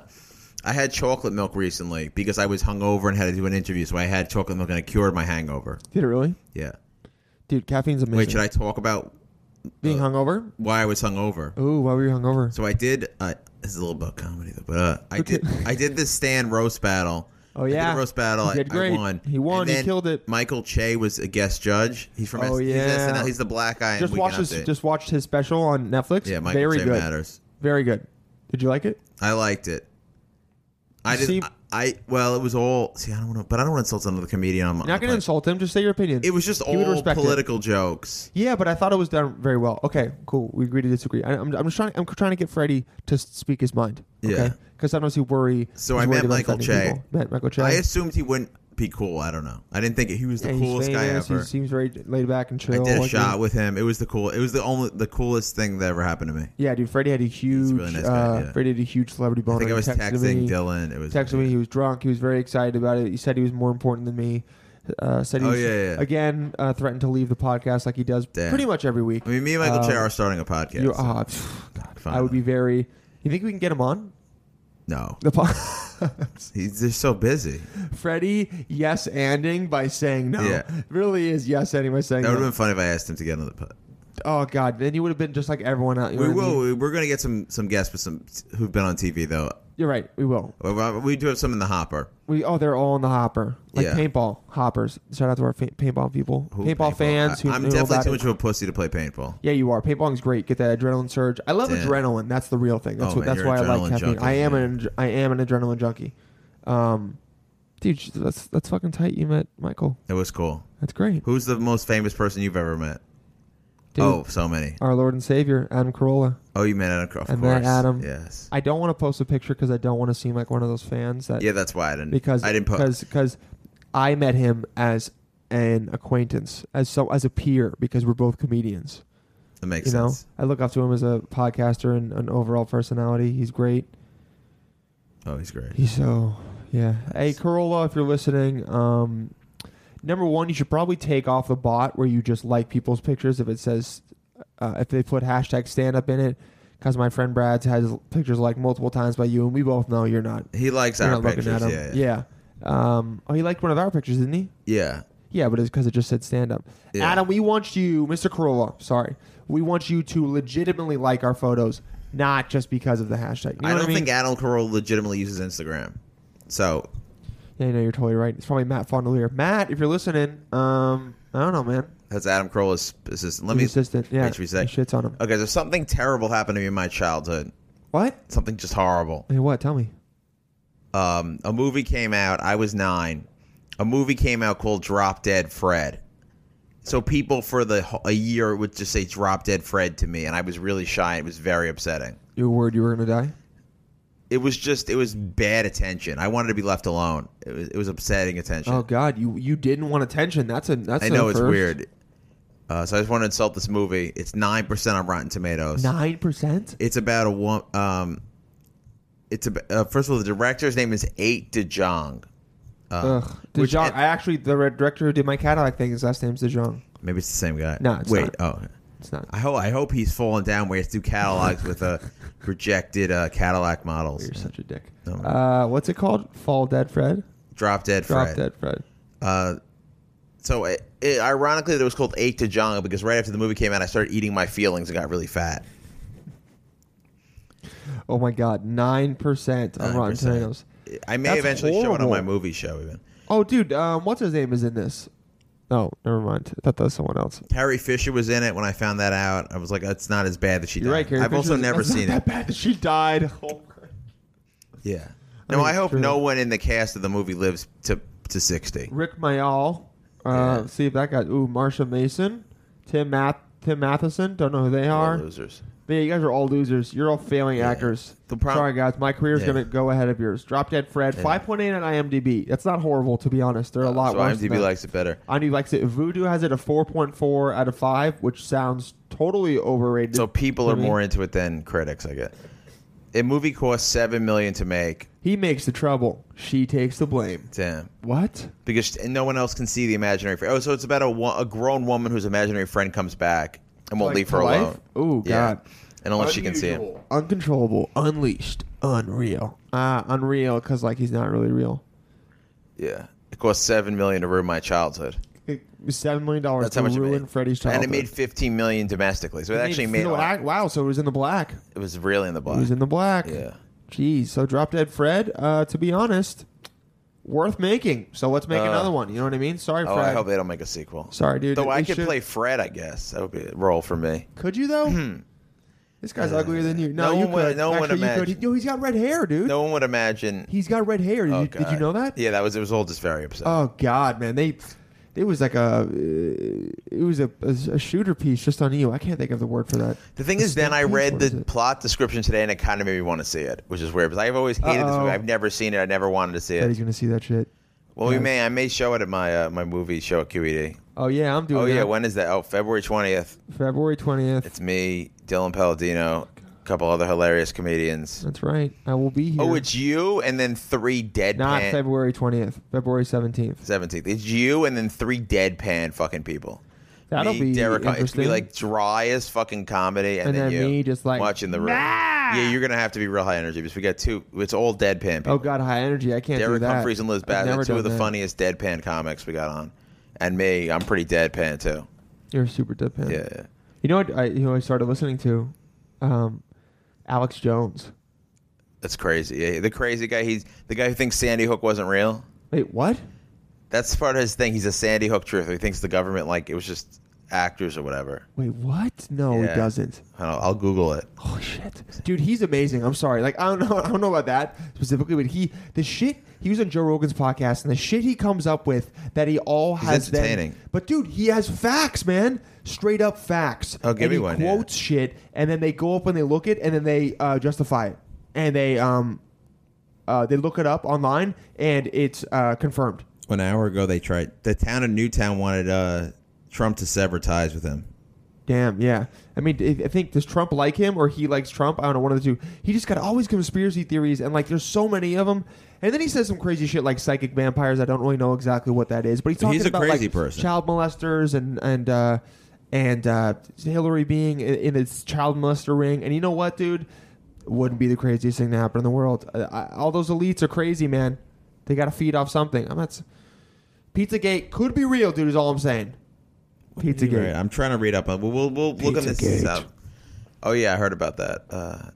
[SPEAKER 3] I had chocolate milk recently because I was hungover and had to do an interview, so I had chocolate milk and it cured my hangover.
[SPEAKER 1] Did it really,
[SPEAKER 3] Yeah.
[SPEAKER 1] dude? Caffeine's amazing.
[SPEAKER 3] Wait, should I talk about
[SPEAKER 1] Being hungover?
[SPEAKER 3] why I was hungover?
[SPEAKER 1] Ooh, why were you hungover?
[SPEAKER 3] So I did. Uh, this is a little bit of comedy though, but uh, I did. I did this stand roast battle.
[SPEAKER 1] Oh,
[SPEAKER 3] I did a
[SPEAKER 1] yeah.
[SPEAKER 3] roast battle.
[SPEAKER 1] He
[SPEAKER 3] I-
[SPEAKER 1] did
[SPEAKER 3] I,
[SPEAKER 1] great.
[SPEAKER 3] won.
[SPEAKER 1] He won.
[SPEAKER 3] And
[SPEAKER 1] He
[SPEAKER 3] then
[SPEAKER 1] killed it.
[SPEAKER 3] Michael Che was a guest judge. He's from.
[SPEAKER 1] Oh,
[SPEAKER 3] S-
[SPEAKER 1] yeah.
[SPEAKER 3] He's, SNL. he's the black guy. in
[SPEAKER 1] just
[SPEAKER 3] Weekend
[SPEAKER 1] watched his
[SPEAKER 3] Update.
[SPEAKER 1] just watched his special on Netflix.
[SPEAKER 3] Yeah, Michael
[SPEAKER 1] very
[SPEAKER 3] Che
[SPEAKER 1] good,
[SPEAKER 3] matters.
[SPEAKER 1] very good. Did you like it?
[SPEAKER 3] I liked it. I didn't.
[SPEAKER 1] See-
[SPEAKER 3] I, I- well, it was all. See, I don't want to, but I don't want to insult another comedian. I'm
[SPEAKER 1] You're not going to
[SPEAKER 3] like-
[SPEAKER 1] insult him. Just say your opinion.
[SPEAKER 3] It was just
[SPEAKER 1] He would
[SPEAKER 3] all
[SPEAKER 1] respect it.
[SPEAKER 3] political jokes.
[SPEAKER 1] Yeah, but I thought it was done very well. Okay, cool. We agree to disagree. I, I'm, I'm just trying. I'm trying to get Freddie to s- speak his mind. Okay?
[SPEAKER 3] Yeah.
[SPEAKER 1] Because sometimes he worry.
[SPEAKER 3] So
[SPEAKER 1] he's
[SPEAKER 3] I
[SPEAKER 1] worried
[SPEAKER 3] met
[SPEAKER 1] about
[SPEAKER 3] Michael
[SPEAKER 1] offending
[SPEAKER 3] Che.
[SPEAKER 1] people. Met Michael Che.
[SPEAKER 3] I assumed he wouldn't be cool. I don't know. I didn't think he was the
[SPEAKER 1] Yeah, he's
[SPEAKER 3] coolest guy
[SPEAKER 1] famous.
[SPEAKER 3] ever.
[SPEAKER 1] He seems very laid back and
[SPEAKER 3] I
[SPEAKER 1] chill.
[SPEAKER 3] did a
[SPEAKER 1] Like,
[SPEAKER 3] shot with him. It was the cool. It was the only the coolest thing that ever happened to me.
[SPEAKER 1] Yeah, dude. Freddie had a huge.
[SPEAKER 3] really nice guy,
[SPEAKER 1] uh,
[SPEAKER 3] yeah.
[SPEAKER 1] Freddie had a huge celebrity boner.
[SPEAKER 3] I think
[SPEAKER 1] He
[SPEAKER 3] I was
[SPEAKER 1] texted
[SPEAKER 3] texting
[SPEAKER 1] me.
[SPEAKER 3] Dylan. It was
[SPEAKER 1] texted me. He was drunk. He was very excited about it. He said he was more important than me. Uh, said he
[SPEAKER 3] Oh,
[SPEAKER 1] was,
[SPEAKER 3] yeah, yeah.
[SPEAKER 1] again uh, threatened to leave the podcast like he does
[SPEAKER 3] Damn.
[SPEAKER 1] pretty much every week.
[SPEAKER 3] I mean, me and Michael
[SPEAKER 1] Um,
[SPEAKER 3] Che are starting a podcast.
[SPEAKER 1] you,
[SPEAKER 3] so
[SPEAKER 1] ah, phew, God,
[SPEAKER 3] fine.
[SPEAKER 1] I would be very. You think we can get him on
[SPEAKER 3] no.
[SPEAKER 1] the podcast?
[SPEAKER 3] He's they're so busy.
[SPEAKER 1] Freddie yes anding by saying no.
[SPEAKER 3] Yeah.
[SPEAKER 1] Really is yes ending by saying
[SPEAKER 3] That would have
[SPEAKER 1] no.
[SPEAKER 3] been funny if I asked him to get on the pod.
[SPEAKER 1] oh God, then you would have been just like everyone else. you know
[SPEAKER 3] We
[SPEAKER 1] what I mean?
[SPEAKER 3] will. we- We're gonna get some some guests with some who've been on TV though.
[SPEAKER 1] You're right. We will.
[SPEAKER 3] Well, We do have some in the hopper.
[SPEAKER 1] We oh they're all in the hopper like
[SPEAKER 3] Yeah.
[SPEAKER 1] paintball hoppers. Shout out to our fa- paintball people,
[SPEAKER 3] Who-
[SPEAKER 1] paintball, fans.
[SPEAKER 3] I-
[SPEAKER 1] who
[SPEAKER 3] I'm
[SPEAKER 1] know
[SPEAKER 3] definitely
[SPEAKER 1] about
[SPEAKER 3] too
[SPEAKER 1] it.
[SPEAKER 3] much of a pussy to play paintball.
[SPEAKER 1] Yeah, you are. Paintballing's great. Get that adrenaline surge. I love
[SPEAKER 3] Damn.
[SPEAKER 1] adrenaline. That's the real thing. That's
[SPEAKER 3] Oh,
[SPEAKER 1] what.
[SPEAKER 3] man,
[SPEAKER 1] That's
[SPEAKER 3] you're
[SPEAKER 1] why I
[SPEAKER 3] adrenaline
[SPEAKER 1] like caffeine.
[SPEAKER 3] junkie,
[SPEAKER 1] I am
[SPEAKER 3] man.
[SPEAKER 1] an. adre- I am an adrenaline junkie. Um, dude, sh- that's that's fucking tight. You met Michael.
[SPEAKER 3] It was cool.
[SPEAKER 1] That's great,
[SPEAKER 3] Who's the most famous person you've ever met?
[SPEAKER 1] dude.
[SPEAKER 3] Oh, so many.
[SPEAKER 1] Our Lord and Savior Adam Carolla.
[SPEAKER 3] Oh, you met Adam. Cro- Of
[SPEAKER 1] I met
[SPEAKER 3] course.
[SPEAKER 1] Adam.
[SPEAKER 3] Yes.
[SPEAKER 1] I don't want to post a picture because I don't want to seem like one of those fans that
[SPEAKER 3] yeah, that's why I didn't.
[SPEAKER 1] because
[SPEAKER 3] I didn't put.
[SPEAKER 1] because because I met him as an acquaintance as so as a peer because we're both comedians.
[SPEAKER 3] That makes
[SPEAKER 1] you know,
[SPEAKER 3] sense.
[SPEAKER 1] I look up to him as a podcaster and an overall personality. He's great.
[SPEAKER 3] Oh, he's great.
[SPEAKER 1] He's so yeah. Hey Corolla, if you're listening, um, number one, you should probably take off the bot where you just like people's pictures if it says uh, if they put hashtag stand up in it. Because my friend Brad's has pictures like multiple times by you, and we both know you're not.
[SPEAKER 3] He likes
[SPEAKER 1] You're
[SPEAKER 3] our
[SPEAKER 1] not looking at
[SPEAKER 3] pictures.
[SPEAKER 1] him.
[SPEAKER 3] Yeah, yeah.
[SPEAKER 1] yeah. Um, oh, he liked one of our pictures, didn't he?
[SPEAKER 3] Yeah.
[SPEAKER 1] Yeah, but it's because it just said stand up.
[SPEAKER 3] Yeah.
[SPEAKER 1] Adam, we want you, Mr. Corolla. Sorry, we want you to legitimately like our photos, not just because of the hashtag. You know
[SPEAKER 3] I
[SPEAKER 1] what
[SPEAKER 3] don't
[SPEAKER 1] mean?
[SPEAKER 3] think Adam Carolla legitimately uses Instagram. So
[SPEAKER 1] Yeah, you know, you're totally right. It's probably Matt Fondelier. Matt, if you're listening, um, I don't know, man.
[SPEAKER 3] that's Adam Carolla's assistant. Let
[SPEAKER 1] His
[SPEAKER 3] me.
[SPEAKER 1] assistant, yeah,
[SPEAKER 3] wait, should we say-
[SPEAKER 1] he shits on him.
[SPEAKER 3] Okay, so something terrible happened to me in my childhood.
[SPEAKER 1] What?
[SPEAKER 3] Something just horrible.
[SPEAKER 1] Hey, what? Tell me.
[SPEAKER 3] um, a movie came out. I was nine. A movie came out called Drop Dead Fred. So people for the ho- a year would just say Drop Dead Fred to me, and I was really shy. It was very upsetting.
[SPEAKER 1] You were worried you were gonna die?
[SPEAKER 3] It was just it was bad attention. I wanted to be left alone. It was it was upsetting attention.
[SPEAKER 1] Oh God, you you didn't want attention. That's a that's.
[SPEAKER 3] I know it's weird. Uh, so I just want to insult this movie. It's nine percent on Rotten Tomatoes.
[SPEAKER 1] Nine percent.
[SPEAKER 3] It's about a woman. Um, It's a, uh, first of all, the director's name is Eight DeJong. Uh,
[SPEAKER 1] Ugh.
[SPEAKER 3] which-
[SPEAKER 1] DeJong. I actually the red director who did my Cadillac thing. His last name's DeJong.
[SPEAKER 3] Maybe it's the same guy.
[SPEAKER 1] No, it's
[SPEAKER 3] wait. Oh,
[SPEAKER 1] It's not.
[SPEAKER 3] I hope I hope he's falling down where he has to do catalogs with uh, rejected uh, Cadillac models.
[SPEAKER 1] You're such a dick.
[SPEAKER 3] No.
[SPEAKER 1] Uh, what's it called? Fall Dead Fred.
[SPEAKER 3] Drop dead
[SPEAKER 1] Drop
[SPEAKER 3] Fred.
[SPEAKER 1] Dead Fred.
[SPEAKER 3] Uh, so it, it, ironically, it was called Eight to Django because right after the movie came out, I started eating my feelings and got really fat.
[SPEAKER 1] Oh my God, nine percent on Rotten
[SPEAKER 3] 9%.
[SPEAKER 1] Tomatoes.
[SPEAKER 3] I may
[SPEAKER 1] That's
[SPEAKER 3] eventually show it on
[SPEAKER 1] horrible.
[SPEAKER 3] my movie show. Even
[SPEAKER 1] Oh, dude, um, what's his name is in this? Oh, never mind. I thought that was someone else.
[SPEAKER 3] Carrie Fisher was in it. When I found that out, I was like, "It's not as bad that she
[SPEAKER 1] You're
[SPEAKER 3] died."
[SPEAKER 1] right, Carrie
[SPEAKER 3] I've
[SPEAKER 1] Fisher
[SPEAKER 3] also
[SPEAKER 1] was-
[SPEAKER 3] never
[SPEAKER 1] that's not
[SPEAKER 3] seen it.
[SPEAKER 1] that bad that She died. Oh,
[SPEAKER 3] Yeah.
[SPEAKER 1] I
[SPEAKER 3] No,
[SPEAKER 1] mean,
[SPEAKER 3] I hope
[SPEAKER 1] true.
[SPEAKER 3] no one in the cast of the movie lives to to sixty.
[SPEAKER 1] Rick Mayall. Uh,
[SPEAKER 3] Yeah.
[SPEAKER 1] See if that got. Ooh, Marsha Mason, Tim Math, Tim Matheson. Don't know who they
[SPEAKER 3] All
[SPEAKER 1] are.
[SPEAKER 3] losers.
[SPEAKER 1] But yeah, you guys are all losers. You're all failing
[SPEAKER 3] Yeah.
[SPEAKER 1] actors.
[SPEAKER 3] The prob-
[SPEAKER 1] Sorry, guys. My career's
[SPEAKER 3] Yeah.
[SPEAKER 1] gonna go ahead of yours. Drop Dead Fred,
[SPEAKER 3] Yeah.
[SPEAKER 1] 5.8 on IMDb. That's not horrible, to be honest. There are a lot
[SPEAKER 3] so
[SPEAKER 1] worse. than
[SPEAKER 3] IMDb
[SPEAKER 1] that.
[SPEAKER 3] likes it better.
[SPEAKER 1] IMDb likes it. Voodoo has it a 4.4 out of five, which sounds totally overrated.
[SPEAKER 3] So people
[SPEAKER 1] to
[SPEAKER 3] are
[SPEAKER 1] me.
[SPEAKER 3] more into it than critics. I get. A movie costs seven million to make.
[SPEAKER 1] He makes the trouble. She takes the blame.
[SPEAKER 3] Damn.
[SPEAKER 1] What?
[SPEAKER 3] because and no one else can see the imaginary friend. Oh, so it's about a, wo- a grown woman whose imaginary friend comes back and won't
[SPEAKER 1] Like,
[SPEAKER 3] leave her
[SPEAKER 1] to
[SPEAKER 3] alone.
[SPEAKER 1] life? Ooh,
[SPEAKER 3] Yeah.
[SPEAKER 1] God.
[SPEAKER 3] And unless she can see him.
[SPEAKER 1] Unusual, Uncontrollable, unleashed, unreal. Ah, unreal, because like he's not really real.
[SPEAKER 3] Yeah. It cost seven million to ruin my childhood.
[SPEAKER 1] It was Seven million dollars
[SPEAKER 3] That's
[SPEAKER 1] to
[SPEAKER 3] how much it
[SPEAKER 1] ruin
[SPEAKER 3] made.
[SPEAKER 1] Freddy's childhood.
[SPEAKER 3] And it made fifteen million domestically. So it,
[SPEAKER 1] It
[SPEAKER 3] actually made
[SPEAKER 1] no, I- wow. So it was in the black.
[SPEAKER 3] it was really in the black.
[SPEAKER 1] It was in the black.
[SPEAKER 3] yeah.
[SPEAKER 1] Jeez. So Drop Dead Fred. Uh, to be honest, worth making. So let's make
[SPEAKER 3] Uh,
[SPEAKER 1] another one. You know what I mean? Sorry,
[SPEAKER 3] Oh,
[SPEAKER 1] Fred.
[SPEAKER 3] I hope they don't make a sequel.
[SPEAKER 1] Sorry, dude.
[SPEAKER 3] Though I
[SPEAKER 1] They
[SPEAKER 3] could
[SPEAKER 1] should-
[SPEAKER 3] play Fred, I guess. That would be a role for me.
[SPEAKER 1] Could you though? this guy's uglier than you. No,
[SPEAKER 3] no
[SPEAKER 1] you
[SPEAKER 3] one would-
[SPEAKER 1] could.
[SPEAKER 3] no one
[SPEAKER 1] Actually, you could. He-
[SPEAKER 3] imagine.
[SPEAKER 1] Yo, he's got red hair, dude.
[SPEAKER 3] No one would imagine.
[SPEAKER 1] He's got red hair. Did,
[SPEAKER 3] oh,
[SPEAKER 1] you, did you
[SPEAKER 3] God.
[SPEAKER 1] know that?
[SPEAKER 3] Yeah, that was it. Was all just very upset.
[SPEAKER 1] Oh God, man, they it was like a uh, it was a, a, a shooter piece just on you. I can't think of the word for that.
[SPEAKER 3] The thing
[SPEAKER 1] A
[SPEAKER 3] is, then I
[SPEAKER 1] stampede?
[SPEAKER 3] read
[SPEAKER 1] What is
[SPEAKER 3] the
[SPEAKER 1] it?
[SPEAKER 3] plot description today, and it kind of made me want to see it, which is weird because I've always hated this
[SPEAKER 1] Uh-oh.
[SPEAKER 3] movie. I've never seen it. I never wanted to see
[SPEAKER 1] Freddy's
[SPEAKER 3] it.
[SPEAKER 1] gonna see that shit.
[SPEAKER 3] Well, we
[SPEAKER 1] yeah.
[SPEAKER 3] may. I may show it at my uh, my movie show at QED.
[SPEAKER 1] Oh yeah, I'm doing.
[SPEAKER 3] Oh yeah,
[SPEAKER 1] that.
[SPEAKER 3] when is that? Oh, February twentieth.
[SPEAKER 1] February twentieth.
[SPEAKER 3] It's me, Dylan Palladino, a couple other hilarious comedians.
[SPEAKER 1] That's right. I will be here.
[SPEAKER 3] Oh, it's you, and then three
[SPEAKER 1] not
[SPEAKER 3] deadpan.
[SPEAKER 1] February twentieth. February seventeenth.
[SPEAKER 3] Seventeenth. It's you, and then three deadpan fucking people.
[SPEAKER 1] That'll
[SPEAKER 3] me,
[SPEAKER 1] be
[SPEAKER 3] Derek. Hunt- It's
[SPEAKER 1] interesting.
[SPEAKER 3] gonna be like dry as fucking comedy, and,
[SPEAKER 1] And
[SPEAKER 3] then,
[SPEAKER 1] then
[SPEAKER 3] you
[SPEAKER 1] me just like,
[SPEAKER 3] watching the room.
[SPEAKER 1] "Nah!"
[SPEAKER 3] Yeah, you're gonna have to be real high energy because we got two. It's all deadpan. People.
[SPEAKER 1] Oh God, high energy. I can't do
[SPEAKER 3] Derek
[SPEAKER 1] that.
[SPEAKER 3] Humphries and Liz
[SPEAKER 1] I've
[SPEAKER 3] Bass,
[SPEAKER 1] never
[SPEAKER 3] two of the
[SPEAKER 1] done that.
[SPEAKER 3] funniest deadpan comics we got on, and me, I'm pretty deadpan too.
[SPEAKER 1] You're a super diphead.
[SPEAKER 3] Yeah, yeah.
[SPEAKER 1] You know what? I you know I started listening to, um, Alex Jones.
[SPEAKER 3] that's crazy. Yeah, the crazy guy. He's the guy who thinks Sandy Hook wasn't real.
[SPEAKER 1] Wait, what?
[SPEAKER 3] That's part of his thing. He's a Sandy Hook truther. He thinks the government like it was just actors or whatever.
[SPEAKER 1] Wait, what? No,
[SPEAKER 3] Yeah.
[SPEAKER 1] he doesn't.
[SPEAKER 3] I don't know. I'll Google it.
[SPEAKER 1] Oh shit, dude, he's amazing. I'm sorry, like I don't know, I don't know about that specifically, but he, the shit he was on Joe Rogan's podcast, and the shit he comes up with that he all has. them-
[SPEAKER 3] entertaining.
[SPEAKER 1] but dude, he has facts, man, straight up facts.
[SPEAKER 3] Oh, give
[SPEAKER 1] and
[SPEAKER 3] me
[SPEAKER 1] he
[SPEAKER 3] one, yeah.
[SPEAKER 1] Quotes shit, and then they go up and they look it, and then they uh, justify it, and they um, uh, they look it up online, and it's uh, confirmed.
[SPEAKER 3] An hour ago, they tried. The town of Newtown wanted uh, Trump to sever ties with him.
[SPEAKER 1] Damn, yeah. I mean, I I think does Trump like him or he likes Trump? I don't know, one of the two. He just got all these conspiracy theories, and like, there's so many of them. And then he says some crazy shit like psychic vampires. I don't really know exactly what that is, but he's
[SPEAKER 3] But
[SPEAKER 1] talking
[SPEAKER 3] he's a
[SPEAKER 1] about
[SPEAKER 3] crazy
[SPEAKER 1] like
[SPEAKER 3] person.
[SPEAKER 1] child molesters and and uh, and uh, Hillary being in, in this child molester ring. And you know what, dude? Wouldn't be the craziest thing to happen in the world. Uh, I, all those elites are crazy, man. They got to feed off something. I'm not. s- Pizzagate could be real, dude. Is all I'm saying. Pizzagate.
[SPEAKER 3] I'm trying to read up on. We'll we'll, we'll look at this
[SPEAKER 1] Pizzagate.
[SPEAKER 3] up. Oh yeah, I heard about that. Uh,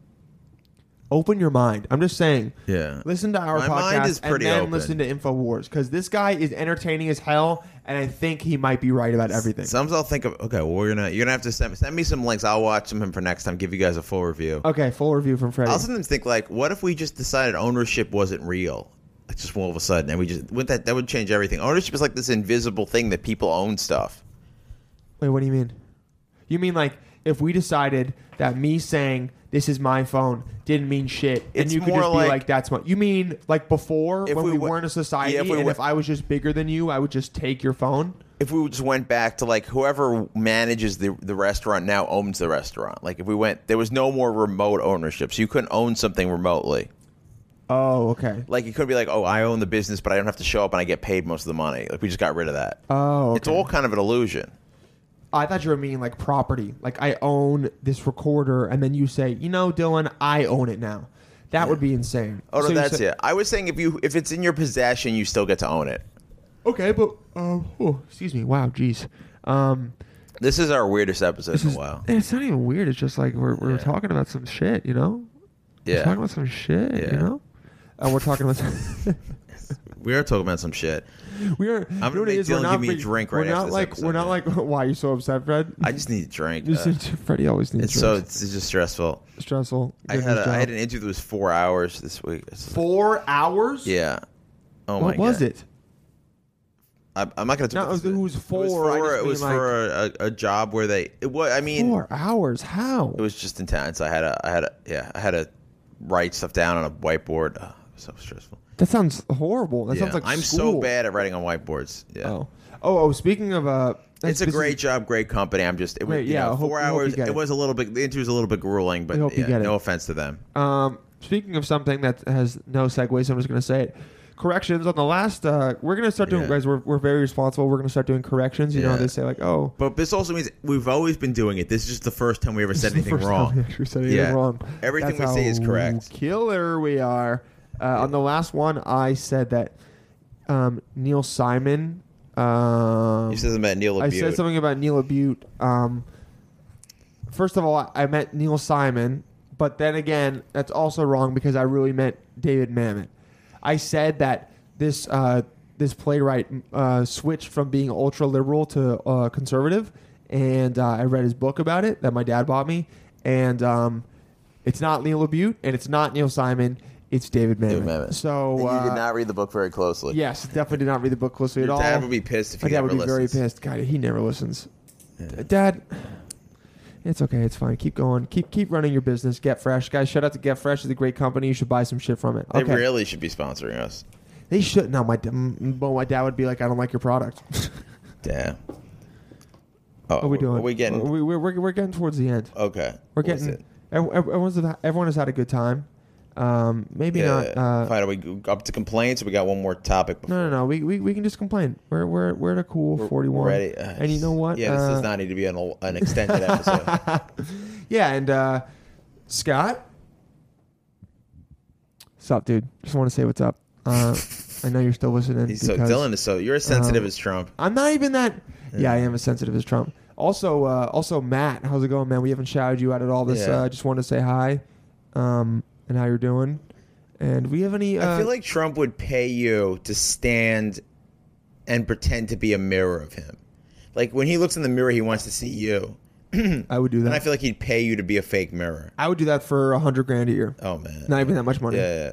[SPEAKER 1] open your mind. I'm just saying.
[SPEAKER 3] Yeah.
[SPEAKER 1] Listen to our
[SPEAKER 3] My
[SPEAKER 1] podcast
[SPEAKER 3] mind is pretty
[SPEAKER 1] and then
[SPEAKER 3] open.
[SPEAKER 1] listen to Infowars because this guy is entertaining as hell, and I think he might be right about everything.
[SPEAKER 3] Sometimes I'll think of okay. Well, we're gonna you're gonna have to send send me some links. I'll watch them for next time. Give you guys a full review.
[SPEAKER 1] okay, full review from Freddie.
[SPEAKER 3] I'll sometimes think like, what if we just decided ownership wasn't real? It's just all of a sudden, and we just would that that would change everything. Ownership is like this invisible thing that people own stuff.
[SPEAKER 1] Wait, what do you mean? You mean like if we decided that me saying this is my phone didn't mean shit, and
[SPEAKER 3] It's
[SPEAKER 1] you could
[SPEAKER 3] more
[SPEAKER 1] just be
[SPEAKER 3] like-
[SPEAKER 1] like that's my. You mean like before
[SPEAKER 3] If
[SPEAKER 1] when
[SPEAKER 3] we
[SPEAKER 1] we,
[SPEAKER 3] wa-
[SPEAKER 1] weren't a society,
[SPEAKER 3] Yeah, if we
[SPEAKER 1] and
[SPEAKER 3] wa-
[SPEAKER 1] if I was just bigger than you, I would just take your phone.
[SPEAKER 3] If we just went back to like whoever manages the the restaurant now owns the restaurant. Like if we went, there was no more remote ownership, so you couldn't own something remotely.
[SPEAKER 1] Oh, okay.
[SPEAKER 3] Like you could be like, oh, I own the business, but I don't have to show up and I get paid most of the money. Like we just got rid of that.
[SPEAKER 1] Oh, okay.
[SPEAKER 3] It's all kind of an illusion.
[SPEAKER 1] I thought you were meaning like property. Like I own this recorder, and then you say, you know, Dylan, I own it now. That would be insane.
[SPEAKER 3] Oh no,
[SPEAKER 1] So you
[SPEAKER 3] that's
[SPEAKER 1] say-
[SPEAKER 3] it. I was saying if you if it's in your possession, you still get to own it.
[SPEAKER 1] Okay, but um, oh, excuse me. Wow, jeez. Um,
[SPEAKER 3] This is our weirdest episode in a while.
[SPEAKER 1] it's not even weird. It's just like we're we're
[SPEAKER 3] Oh, Yeah.
[SPEAKER 1] talking about some shit, you know. We're
[SPEAKER 3] Yeah.
[SPEAKER 1] talking about some shit, you
[SPEAKER 3] Yeah.
[SPEAKER 1] know. Uh, we're talking about. Some
[SPEAKER 3] We are talking about some shit.
[SPEAKER 1] we are. you
[SPEAKER 3] gonna
[SPEAKER 1] know what it
[SPEAKER 3] make
[SPEAKER 1] is? We're
[SPEAKER 3] Dylan
[SPEAKER 1] not
[SPEAKER 3] give me a
[SPEAKER 1] big-
[SPEAKER 3] drink
[SPEAKER 1] We're
[SPEAKER 3] right
[SPEAKER 1] not
[SPEAKER 3] after this
[SPEAKER 1] like we're
[SPEAKER 3] episode,
[SPEAKER 1] not
[SPEAKER 3] yeah.
[SPEAKER 1] like. Why are you so upset, Fred?
[SPEAKER 3] I just need a drink.
[SPEAKER 1] You
[SPEAKER 3] uh,
[SPEAKER 1] said Freddie always needs
[SPEAKER 3] it's so
[SPEAKER 1] drinks.
[SPEAKER 3] it's, it's just stressful.
[SPEAKER 1] stressful.
[SPEAKER 3] I had a, I had an interview that was four hours this week. This is-
[SPEAKER 1] four hours.
[SPEAKER 3] yeah. Oh my
[SPEAKER 1] what was
[SPEAKER 3] God.
[SPEAKER 1] it?
[SPEAKER 3] I'm, I'm not going to.
[SPEAKER 1] No, it was- it was
[SPEAKER 3] It was
[SPEAKER 1] four, I
[SPEAKER 3] for,
[SPEAKER 1] just
[SPEAKER 3] it was
[SPEAKER 1] mean,
[SPEAKER 3] for a, a, a job where they. It, wa- I mean,
[SPEAKER 1] Four hours? How?
[SPEAKER 3] it was just intense. I had a, I had a, yeah, I had to write stuff down on a whiteboard. Ugh, it was so stressful.
[SPEAKER 1] that sounds horrible. That
[SPEAKER 3] yeah.
[SPEAKER 1] sounds like
[SPEAKER 3] I'm so
[SPEAKER 1] school.
[SPEAKER 3] bad at writing on whiteboards. Yeah.
[SPEAKER 1] Oh, oh, oh. Speaking of, uh,
[SPEAKER 3] It's a
[SPEAKER 1] this is-
[SPEAKER 3] great job, great company. I'm just, it was,
[SPEAKER 1] Right,
[SPEAKER 3] you
[SPEAKER 1] yeah, I
[SPEAKER 3] know,
[SPEAKER 1] hope-
[SPEAKER 3] four
[SPEAKER 1] we hope you
[SPEAKER 3] hours.
[SPEAKER 1] get
[SPEAKER 3] It
[SPEAKER 1] it.
[SPEAKER 3] was a little bit, the interview was a little bit grueling, but
[SPEAKER 1] We hope you
[SPEAKER 3] yeah,
[SPEAKER 1] get it.
[SPEAKER 3] no offense to them.
[SPEAKER 1] Um, speaking of something that has no segues, so I'm just going to say it. Corrections on the last. Uh, we're going to start doing,
[SPEAKER 3] Yeah.
[SPEAKER 1] guys. We're, we're very responsible. We're going to start doing corrections. You know,
[SPEAKER 3] Yeah.
[SPEAKER 1] they say like, oh,
[SPEAKER 3] But this also means we've always been doing it. This is just the first time we ever said
[SPEAKER 1] This is the
[SPEAKER 3] anything
[SPEAKER 1] first
[SPEAKER 3] wrong.
[SPEAKER 1] time we actually said anything
[SPEAKER 3] Yeah.
[SPEAKER 1] wrong.
[SPEAKER 3] Everything
[SPEAKER 1] That's
[SPEAKER 3] we say is
[SPEAKER 1] how
[SPEAKER 3] correct.
[SPEAKER 1] Killer, we are. Uh, On the last one, I said that um, Neil Simon. Um,
[SPEAKER 3] You said something about Neil
[SPEAKER 1] I
[SPEAKER 3] Abute.
[SPEAKER 1] said something about Neil Abute. Um, first of all, I- I meant Neil Simon, but then again, that's also wrong because I really meant David Mamet. I said that this uh, this playwright uh, switched from being ultra liberal to uh, conservative, and uh, I read his book about it that my dad bought me, and um, it's not Neil Abute and it's not Neil Simon. It's David Mamet.
[SPEAKER 3] David Mamet.
[SPEAKER 1] So
[SPEAKER 3] And you
[SPEAKER 1] uh,
[SPEAKER 3] did not read the book very closely.
[SPEAKER 1] Yes, definitely did not read the book closely
[SPEAKER 3] Your
[SPEAKER 1] at all.
[SPEAKER 3] dad would be pissed if
[SPEAKER 1] My
[SPEAKER 3] he
[SPEAKER 1] dad
[SPEAKER 3] never
[SPEAKER 1] would be very
[SPEAKER 3] listens.
[SPEAKER 1] pissed. God, he never listens. D- Dad, it's okay. It's fine. Keep going. Keep keep running your business. Get Fresh, guys. Shout out to Get Fresh. It's a great company. You should buy some shit from it.
[SPEAKER 3] They
[SPEAKER 1] Okay,
[SPEAKER 3] really should be sponsoring us.
[SPEAKER 1] they should. No, my d- m- well, my dad would be like, I don't like your product.
[SPEAKER 3] Damn. Oh,
[SPEAKER 1] what are we doing?
[SPEAKER 3] Are we getting?
[SPEAKER 1] We, we're, we're, we're getting towards the end.
[SPEAKER 3] okay.
[SPEAKER 1] We're
[SPEAKER 3] What was
[SPEAKER 1] getting.
[SPEAKER 3] it?
[SPEAKER 1] ev- ev- Everyone's everyone has had a good time. Um, maybe not. Uh,
[SPEAKER 3] Fine. Are we go- up to complaints? We got one more topic. Before.
[SPEAKER 1] No, no, no. We, we, we can just complain. We're we're we're at a cool
[SPEAKER 3] We're-
[SPEAKER 1] forty one.
[SPEAKER 3] we're ready. Uh,
[SPEAKER 1] And you know what?
[SPEAKER 3] Yeah, this
[SPEAKER 1] Uh,
[SPEAKER 3] does not need to be an, an extended episode.
[SPEAKER 1] yeah, and uh, Scott, what's up, dude? Just want to say what's up. Uh, I know you're still listening.
[SPEAKER 3] He's so
[SPEAKER 1] because-
[SPEAKER 3] Dylan is so you're as sensitive
[SPEAKER 1] um,
[SPEAKER 3] as Trump.
[SPEAKER 1] I'm not even that. Yeah, I am as sensitive as Trump. Also, uh, also Matt, how's it going, man? We haven't shouted you out at all. This
[SPEAKER 3] Yeah.
[SPEAKER 1] uh, just wanted to say hi, um, and how you're doing. And we have any? Uh,
[SPEAKER 3] I feel like Trump would pay you to stand and pretend to be a mirror of him. Like when he looks in the mirror, he wants to see you,
[SPEAKER 1] I would do
[SPEAKER 3] and I
[SPEAKER 1] that.
[SPEAKER 3] feel like he'd pay you to be a fake mirror.
[SPEAKER 1] I would do that for a hundred grand a year.
[SPEAKER 3] Oh man,
[SPEAKER 1] Not even that much money.
[SPEAKER 3] yeah, yeah,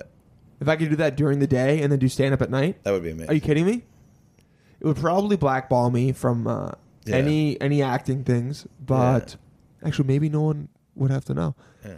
[SPEAKER 1] If I could do that during the day and then do stand up at night,
[SPEAKER 3] that would be amazing.
[SPEAKER 1] Are you kidding me? It would probably blackball me from uh,
[SPEAKER 3] Yeah.
[SPEAKER 1] any any acting things, but actually, maybe no one would have to know.
[SPEAKER 3] Yeah.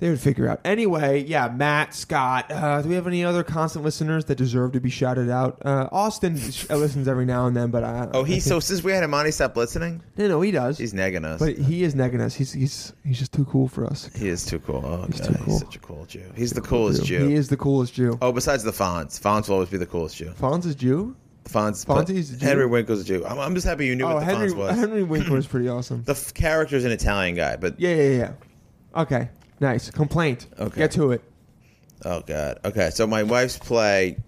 [SPEAKER 1] They would figure out anyway. Yeah, Matt, Scott. Uh, do we have any other constant listeners that deserve to be shouted out? Uh, Austin sh- listens every now and then, but I,
[SPEAKER 3] Oh,
[SPEAKER 1] I
[SPEAKER 3] he's so
[SPEAKER 1] think-
[SPEAKER 3] since we had him on, he stopped listening.
[SPEAKER 1] no, no, he does.
[SPEAKER 3] He's negging us.
[SPEAKER 1] but he is negging us. He's he's he's just too cool for us.
[SPEAKER 3] he is too cool. Oh,
[SPEAKER 1] He's
[SPEAKER 3] God,
[SPEAKER 1] too cool.
[SPEAKER 3] he's such a cool Jew. He's the coolest Jew.
[SPEAKER 1] He is the coolest Jew.
[SPEAKER 3] Oh, besides the Fonz, Fonz will always be the coolest Jew.
[SPEAKER 1] Fonz is Jew.
[SPEAKER 3] Fonz,
[SPEAKER 1] Fonzie's a Jew?
[SPEAKER 3] Henry Winkle's a Jew. I'm, I'm just happy you knew
[SPEAKER 1] oh,
[SPEAKER 3] what the
[SPEAKER 1] Henry
[SPEAKER 3] Fonz was.
[SPEAKER 1] Henry Winkler is pretty awesome.
[SPEAKER 3] The f- character's an Italian guy, but
[SPEAKER 1] Yeah, yeah, yeah. Okay, nice. Complaint.
[SPEAKER 3] Okay.
[SPEAKER 1] Get to it.
[SPEAKER 3] oh god. Okay, so my wife's play,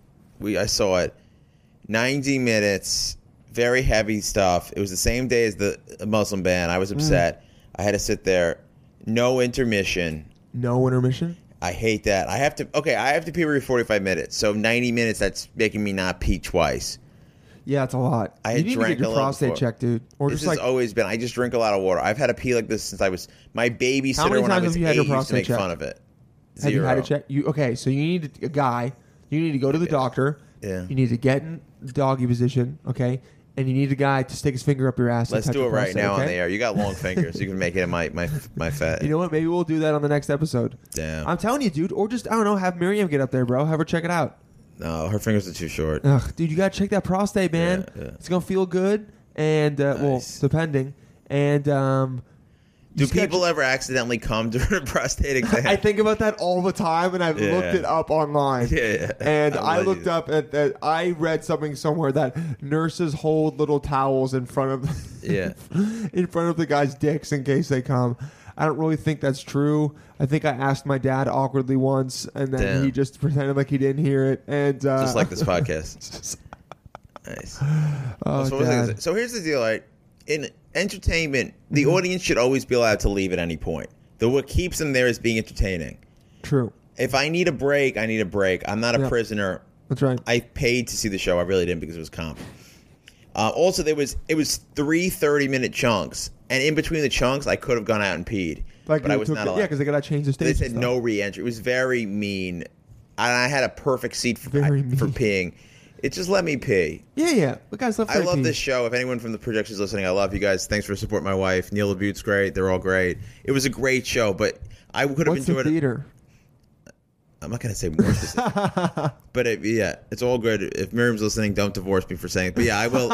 [SPEAKER 3] we I saw it, 90 minutes, very heavy stuff. It was the same day as the Muslim ban. I was
[SPEAKER 1] Mm.
[SPEAKER 3] upset. I had to sit there, no intermission.
[SPEAKER 1] No intermission.
[SPEAKER 3] I hate that. I have to okay. I have to pee every forty-five minutes. So ninety minutes. That's making me not pee twice.
[SPEAKER 1] Yeah, it's a lot.
[SPEAKER 3] I
[SPEAKER 1] you
[SPEAKER 3] had
[SPEAKER 1] need to
[SPEAKER 3] drank
[SPEAKER 1] get
[SPEAKER 3] a
[SPEAKER 1] your
[SPEAKER 3] little
[SPEAKER 1] prostate
[SPEAKER 3] before.
[SPEAKER 1] checked, dude. Or
[SPEAKER 3] this
[SPEAKER 1] just like
[SPEAKER 3] has always been. I just drink a lot of water. I've had a pee like this since I was my babysitter
[SPEAKER 1] many
[SPEAKER 3] when I
[SPEAKER 1] times
[SPEAKER 3] was
[SPEAKER 1] have you had your
[SPEAKER 3] eight used to
[SPEAKER 1] prostate
[SPEAKER 3] make
[SPEAKER 1] checked?
[SPEAKER 3] fun of it. oh, Zero.
[SPEAKER 1] have you had it checked? You okay? So you need to- a guy. You need to go to the doctor.
[SPEAKER 3] Yeah.
[SPEAKER 1] You need to get in the doggy position. Okay. And you need a guy to stick his finger up your ass. and
[SPEAKER 3] Let's
[SPEAKER 1] touch
[SPEAKER 3] do it
[SPEAKER 1] your
[SPEAKER 3] right
[SPEAKER 1] prostate,
[SPEAKER 3] now on
[SPEAKER 1] okay?
[SPEAKER 3] the air. You got long fingers. You can make it in my my my fat.
[SPEAKER 1] You know what? Maybe we'll do that on the next episode.
[SPEAKER 3] Damn.
[SPEAKER 1] I'm telling you, dude. Or just I don't know. Have Miriam get up there, bro. Have her check it out.
[SPEAKER 3] no, her fingers are too short.
[SPEAKER 1] Ugh, dude, you gotta check that prostate, man.
[SPEAKER 3] Yeah, yeah.
[SPEAKER 1] It's gonna feel good, and uh, well,
[SPEAKER 3] Nice.
[SPEAKER 1] depending, and um,
[SPEAKER 3] Do
[SPEAKER 1] just gotta
[SPEAKER 3] people ever accidentally come during a prostate exam?
[SPEAKER 1] I think about that all the time, and I've
[SPEAKER 3] Yeah.
[SPEAKER 1] looked it up online.
[SPEAKER 3] Yeah, yeah.
[SPEAKER 1] And
[SPEAKER 3] I'm
[SPEAKER 1] I,
[SPEAKER 3] with
[SPEAKER 1] looked
[SPEAKER 3] you.
[SPEAKER 1] up at that. I read something somewhere that nurses hold little towels in front of,
[SPEAKER 3] Yeah.
[SPEAKER 1] in front of the guys' dicks in case they come. I don't really think that's true. I think I asked my dad awkwardly once, and then
[SPEAKER 3] Damn.
[SPEAKER 1] he just pretended like he didn't hear it. And uh,
[SPEAKER 3] Just like this podcast. nice.
[SPEAKER 1] oh,
[SPEAKER 3] So, what was I gonna
[SPEAKER 1] Dad.
[SPEAKER 3] say? So here's the deal. Like in entertainment, the
[SPEAKER 1] Mm-hmm.
[SPEAKER 3] audience should always be allowed to leave at any point. The what keeps them there is being entertaining.
[SPEAKER 1] true.
[SPEAKER 3] If I need a break, I need a break. I'm not a
[SPEAKER 1] Yeah.
[SPEAKER 3] prisoner.
[SPEAKER 1] That's right.
[SPEAKER 3] I paid to see the show. I really didn't because it was comp. Uh, also, there was it was three 30 minute chunks, and in between the chunks, I could have gone out and peed, but
[SPEAKER 1] they
[SPEAKER 3] I was
[SPEAKER 1] took
[SPEAKER 3] not
[SPEAKER 1] the-
[SPEAKER 3] allowed.
[SPEAKER 1] yeah, because they got to change the stage.
[SPEAKER 3] They
[SPEAKER 1] and
[SPEAKER 3] said
[SPEAKER 1] stuff.
[SPEAKER 3] no re-entry. It was very mean, and I had a perfect seat for,
[SPEAKER 1] Very
[SPEAKER 3] I- for
[SPEAKER 1] mean.
[SPEAKER 3] peeing. It just let me pee.
[SPEAKER 1] Yeah, yeah. The guys left.
[SPEAKER 3] I
[SPEAKER 1] their
[SPEAKER 3] love
[SPEAKER 1] pee.
[SPEAKER 3] this show. If anyone from the projections listening, I love you guys. Thanks for supporting my wife. Neil Abut's great. They're all great. It was a great show, but I could have
[SPEAKER 1] What's the
[SPEAKER 3] enjoyed it.
[SPEAKER 1] theater?
[SPEAKER 3] I'm not gonna say more specific, but it, yeah, it's all good. If Miriam's listening, don't divorce me for saying. It. But yeah, I will.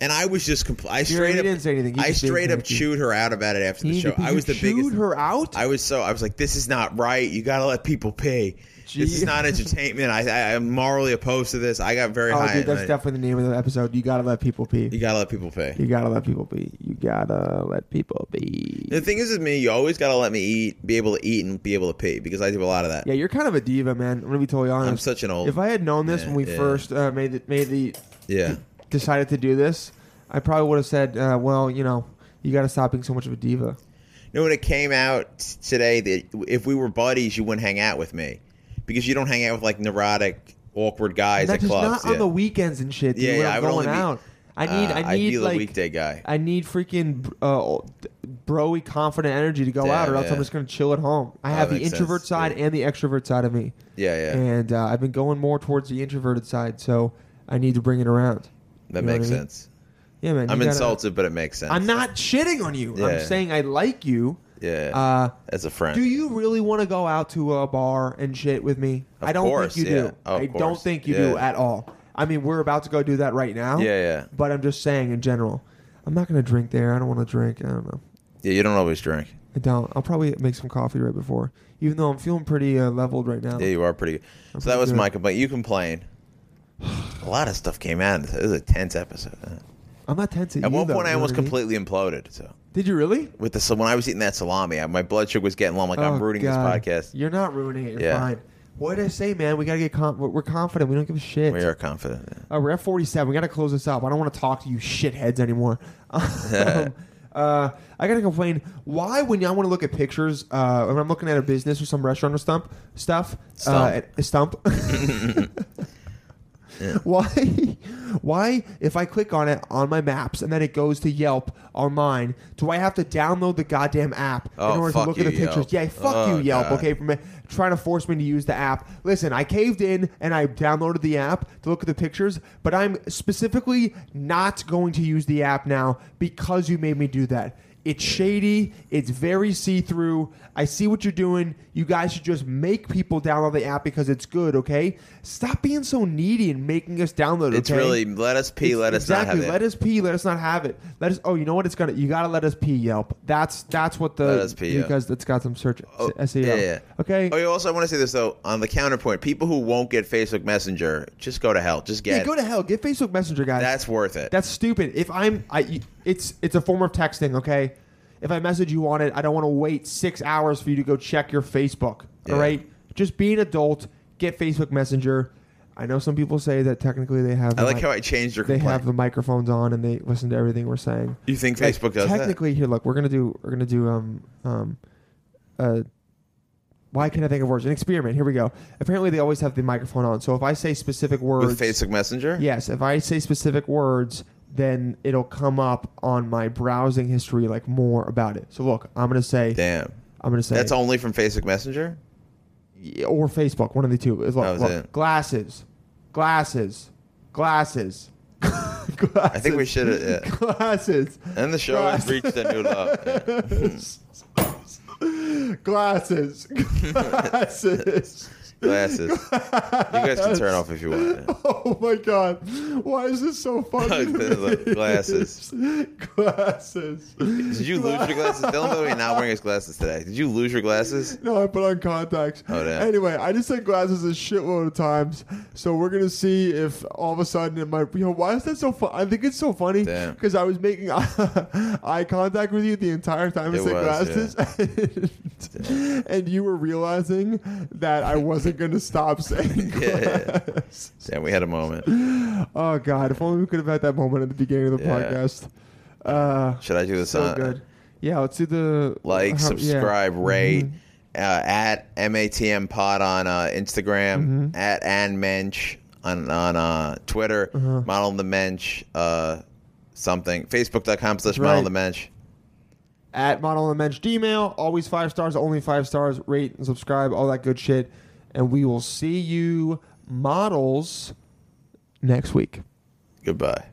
[SPEAKER 3] and I was just compl- I straight
[SPEAKER 1] you
[SPEAKER 3] up
[SPEAKER 1] didn't say anything. You
[SPEAKER 3] I
[SPEAKER 1] just didn't
[SPEAKER 3] straight up
[SPEAKER 1] thank you.
[SPEAKER 3] chewed her out about it after the
[SPEAKER 1] You-
[SPEAKER 3] show. I
[SPEAKER 1] you
[SPEAKER 3] was the
[SPEAKER 1] chewed
[SPEAKER 3] biggest.
[SPEAKER 1] her out.
[SPEAKER 3] I was so I was like, this is not right. You gotta let people pay. This is
[SPEAKER 1] Gee.
[SPEAKER 3] not entertainment. I, I I'm morally opposed to this. I got very
[SPEAKER 1] Oh,
[SPEAKER 3] high.
[SPEAKER 1] dude,
[SPEAKER 3] in
[SPEAKER 1] that's
[SPEAKER 3] my-
[SPEAKER 1] definitely the name of the episode. You gotta let people
[SPEAKER 3] you
[SPEAKER 1] pee.
[SPEAKER 3] gotta let people pay.
[SPEAKER 1] You gotta let people pee. You gotta let people pee.
[SPEAKER 3] The thing is with me, you always gotta let me eat, be able to eat, and be able to pee because I do a lot of that.
[SPEAKER 1] Yeah, you're kind of a diva, man. I'm gonna be totally honest.
[SPEAKER 3] I'm such an old.
[SPEAKER 1] If I had known this
[SPEAKER 3] Yeah,
[SPEAKER 1] when we
[SPEAKER 3] yeah.
[SPEAKER 1] first uh, made the, made the
[SPEAKER 3] yeah.
[SPEAKER 1] decided to do this, I probably would have said, uh, "Well, you know, you gotta stop being so much of a diva."
[SPEAKER 3] You know, when it came out t- today that if we were buddies, you wouldn't hang out with me because you don't hang out with like neurotic, awkward guys
[SPEAKER 1] And
[SPEAKER 3] at
[SPEAKER 1] that's just
[SPEAKER 3] clubs.
[SPEAKER 1] not on
[SPEAKER 3] yeah.
[SPEAKER 1] the weekends and shit. Dude,
[SPEAKER 3] Yeah,
[SPEAKER 1] when
[SPEAKER 3] yeah,
[SPEAKER 1] I'm
[SPEAKER 3] I would
[SPEAKER 1] going
[SPEAKER 3] only be-
[SPEAKER 1] out. I need,
[SPEAKER 3] Uh,
[SPEAKER 1] I
[SPEAKER 3] I'd
[SPEAKER 1] need
[SPEAKER 3] be the
[SPEAKER 1] like
[SPEAKER 3] weekday guy.
[SPEAKER 1] I need freaking uh, broy confident energy to go
[SPEAKER 3] Damn,
[SPEAKER 1] out, or else I'm
[SPEAKER 3] yeah.
[SPEAKER 1] just gonna chill at home. I
[SPEAKER 3] That
[SPEAKER 1] have the
[SPEAKER 3] makes
[SPEAKER 1] introvert
[SPEAKER 3] sense,
[SPEAKER 1] side
[SPEAKER 3] yeah.
[SPEAKER 1] and the extrovert side of me,
[SPEAKER 3] yeah, yeah,
[SPEAKER 1] and uh, I've been going more towards the introverted side, so I need to bring it around.
[SPEAKER 3] that
[SPEAKER 1] You know what
[SPEAKER 3] makes
[SPEAKER 1] I mean?
[SPEAKER 3] sense.
[SPEAKER 1] Yeah, man.
[SPEAKER 3] I'm
[SPEAKER 1] you gotta-
[SPEAKER 3] insulted, but it makes sense.
[SPEAKER 1] I'm not shitting on you.
[SPEAKER 3] Yeah.
[SPEAKER 1] I'm saying I like you.
[SPEAKER 3] Yeah,
[SPEAKER 1] Uh,
[SPEAKER 3] as a friend.
[SPEAKER 1] do you really want to go out to a bar and shit with me?
[SPEAKER 3] Of
[SPEAKER 1] I don't
[SPEAKER 3] course,
[SPEAKER 1] think you
[SPEAKER 3] yeah. Oh,
[SPEAKER 1] do.
[SPEAKER 3] Of
[SPEAKER 1] I don't
[SPEAKER 3] course.
[SPEAKER 1] think you do
[SPEAKER 3] Yeah.
[SPEAKER 1] at all. I mean, we're about to go do that right now.
[SPEAKER 3] Yeah, yeah,
[SPEAKER 1] But I'm just saying in general. I'm not gonna drink there. I don't want to drink. I don't know.
[SPEAKER 3] yeah. You don't always drink.
[SPEAKER 1] I don't. I'll probably make some coffee right before, even though I'm feeling pretty uh, leveled right now.
[SPEAKER 3] Yeah, you are pretty.
[SPEAKER 1] I'm
[SPEAKER 3] so that
[SPEAKER 1] pretty
[SPEAKER 3] was
[SPEAKER 1] good.
[SPEAKER 3] my complaint. You complained. A lot of stuff came out. This is a tense episode.
[SPEAKER 1] I'm not tense.
[SPEAKER 3] At one point, I almost completely imploded. So
[SPEAKER 1] Did you really?
[SPEAKER 3] with the so when I was eating that salami, I, my blood sugar was getting low. I'm like,
[SPEAKER 1] Oh,
[SPEAKER 3] I'm ruining
[SPEAKER 1] God.
[SPEAKER 3] this podcast.
[SPEAKER 1] You're not ruining it. You're
[SPEAKER 3] Yeah.
[SPEAKER 1] fine. What did I say, man? We gotta get. Com- we're we're confident. We don't give a shit.
[SPEAKER 3] We are confident. yeah.
[SPEAKER 1] Uh, we're at 47. We got to close this up. I don't want to talk to you shitheads anymore. Um, uh, I got to complain. Why, when I want to look at pictures, uh, when I'm looking at a business or some restaurant or stump, stuff,
[SPEAKER 3] Stump.
[SPEAKER 1] Uh, stump. Why, why, if I click on it on my maps and then it goes to Yelp online, do I have to download the goddamn app
[SPEAKER 3] Oh,
[SPEAKER 1] in order to
[SPEAKER 3] fuck
[SPEAKER 1] look
[SPEAKER 3] you,
[SPEAKER 1] at the pictures?
[SPEAKER 3] Yelp.
[SPEAKER 1] Yeah, fuck
[SPEAKER 3] Oh,
[SPEAKER 1] you, Yelp.
[SPEAKER 3] God.
[SPEAKER 1] Okay, for me, trying to force me to use the app. Listen, I caved in and I downloaded the app to look at the pictures, but I'm specifically not going to use the app now because you made me do that. It's shady. It's very see through. I see what you're doing. You guys should just make people download the app because it's good, okay? Stop being so needy and making us download it.
[SPEAKER 3] It's
[SPEAKER 1] okay?
[SPEAKER 3] really let us pee,
[SPEAKER 1] It's-
[SPEAKER 3] let us
[SPEAKER 1] exactly.
[SPEAKER 3] not have
[SPEAKER 1] Let
[SPEAKER 3] it.
[SPEAKER 1] us pee. Let us not have it. Let us. Oh, you know what? It's gonna. You gotta let us pee. Yelp. That's that's what the
[SPEAKER 3] Let us pee, yeah.
[SPEAKER 1] because it's got some search
[SPEAKER 3] Oh,
[SPEAKER 1] SEO.
[SPEAKER 3] yeah, yeah.
[SPEAKER 1] Okay.
[SPEAKER 3] Oh, you also I want to say this though on the counterpoint: people who won't get Facebook Messenger, just go to hell. Just get
[SPEAKER 1] yeah. Go to hell. Get Facebook Messenger, guys.
[SPEAKER 3] that's worth it.
[SPEAKER 1] That's stupid. If I'm, I, it's it's a form of texting. Okay, if I message you on it, I don't want to wait six hours for you to go check your Facebook.
[SPEAKER 3] Yeah.
[SPEAKER 1] All right, just be an adult. Get Facebook Messenger. I know some people say that technically they have.
[SPEAKER 3] I
[SPEAKER 1] the
[SPEAKER 3] like
[SPEAKER 1] mic-
[SPEAKER 3] how I changed your
[SPEAKER 1] they
[SPEAKER 3] complaint.
[SPEAKER 1] have the microphones on and they listen to everything we're saying.
[SPEAKER 3] you think
[SPEAKER 1] Like,
[SPEAKER 3] Facebook does
[SPEAKER 1] technically here. Look, we're gonna do we're gonna do um um uh. Why can't I think of words? An experiment. Here we go. Apparently, they always have the microphone on. So if I say specific
[SPEAKER 3] that
[SPEAKER 1] words,
[SPEAKER 3] with Facebook Messenger?
[SPEAKER 1] Yes, if I say specific words, then it'll come up on my browsing history like more about it. So look, I'm gonna say
[SPEAKER 3] Damn,
[SPEAKER 1] I'm gonna say
[SPEAKER 3] that's only from Facebook Messenger.
[SPEAKER 1] or Facebook, one of the two. Look,
[SPEAKER 3] That was
[SPEAKER 1] look,
[SPEAKER 3] it.
[SPEAKER 1] glasses, glasses, glasses. glasses. I
[SPEAKER 3] think we should, yeah.
[SPEAKER 1] Glasses.
[SPEAKER 3] And the show has reached a new low. Yeah.
[SPEAKER 1] glasses. Glasses.
[SPEAKER 3] glasses. you guys can turn off if you want.
[SPEAKER 1] Oh my god! Why is this so funny?
[SPEAKER 3] The glasses.
[SPEAKER 1] glasses.
[SPEAKER 3] Did you lose your glasses? Dylan, by the way, not wearing his glasses today. Did you lose your glasses?
[SPEAKER 1] No, I put on contacts.
[SPEAKER 3] Oh, damn.
[SPEAKER 1] Anyway, I just said glasses a shitload of times. So we're gonna see if all of a sudden it might. You know, why is that so fun? I think it's so funny
[SPEAKER 3] Damn.
[SPEAKER 1] because I was making eye contact with you the entire time I
[SPEAKER 3] It
[SPEAKER 1] said glasses,
[SPEAKER 3] was,
[SPEAKER 1] and, and you were realizing that I wasn't gonna stop saying
[SPEAKER 3] Yeah.
[SPEAKER 1] glasses.
[SPEAKER 3] Yeah, we had a moment.
[SPEAKER 1] Oh god! If only we could have had that moment at the beginning of the
[SPEAKER 3] Yeah.
[SPEAKER 1] podcast. Uh,
[SPEAKER 3] Should I do this
[SPEAKER 1] so
[SPEAKER 3] on?
[SPEAKER 1] good. Yeah, let's do the how-
[SPEAKER 3] Like,
[SPEAKER 1] yeah. Mm-hmm.
[SPEAKER 3] subscribe, rate. Uh, at MATM Pod on uh, Instagram,
[SPEAKER 1] Mm-hmm.
[SPEAKER 3] at Ann Mensch on, on uh, Twitter,
[SPEAKER 1] Uh-huh.
[SPEAKER 3] Model the Mensch, uh, something. Facebook.com slash Model
[SPEAKER 1] Right.
[SPEAKER 3] the Mensch.
[SPEAKER 1] at Model and Mensch Gmail. Always five stars, only five stars. Rate and subscribe, all that good shit. And we will see you models next week.
[SPEAKER 3] Goodbye.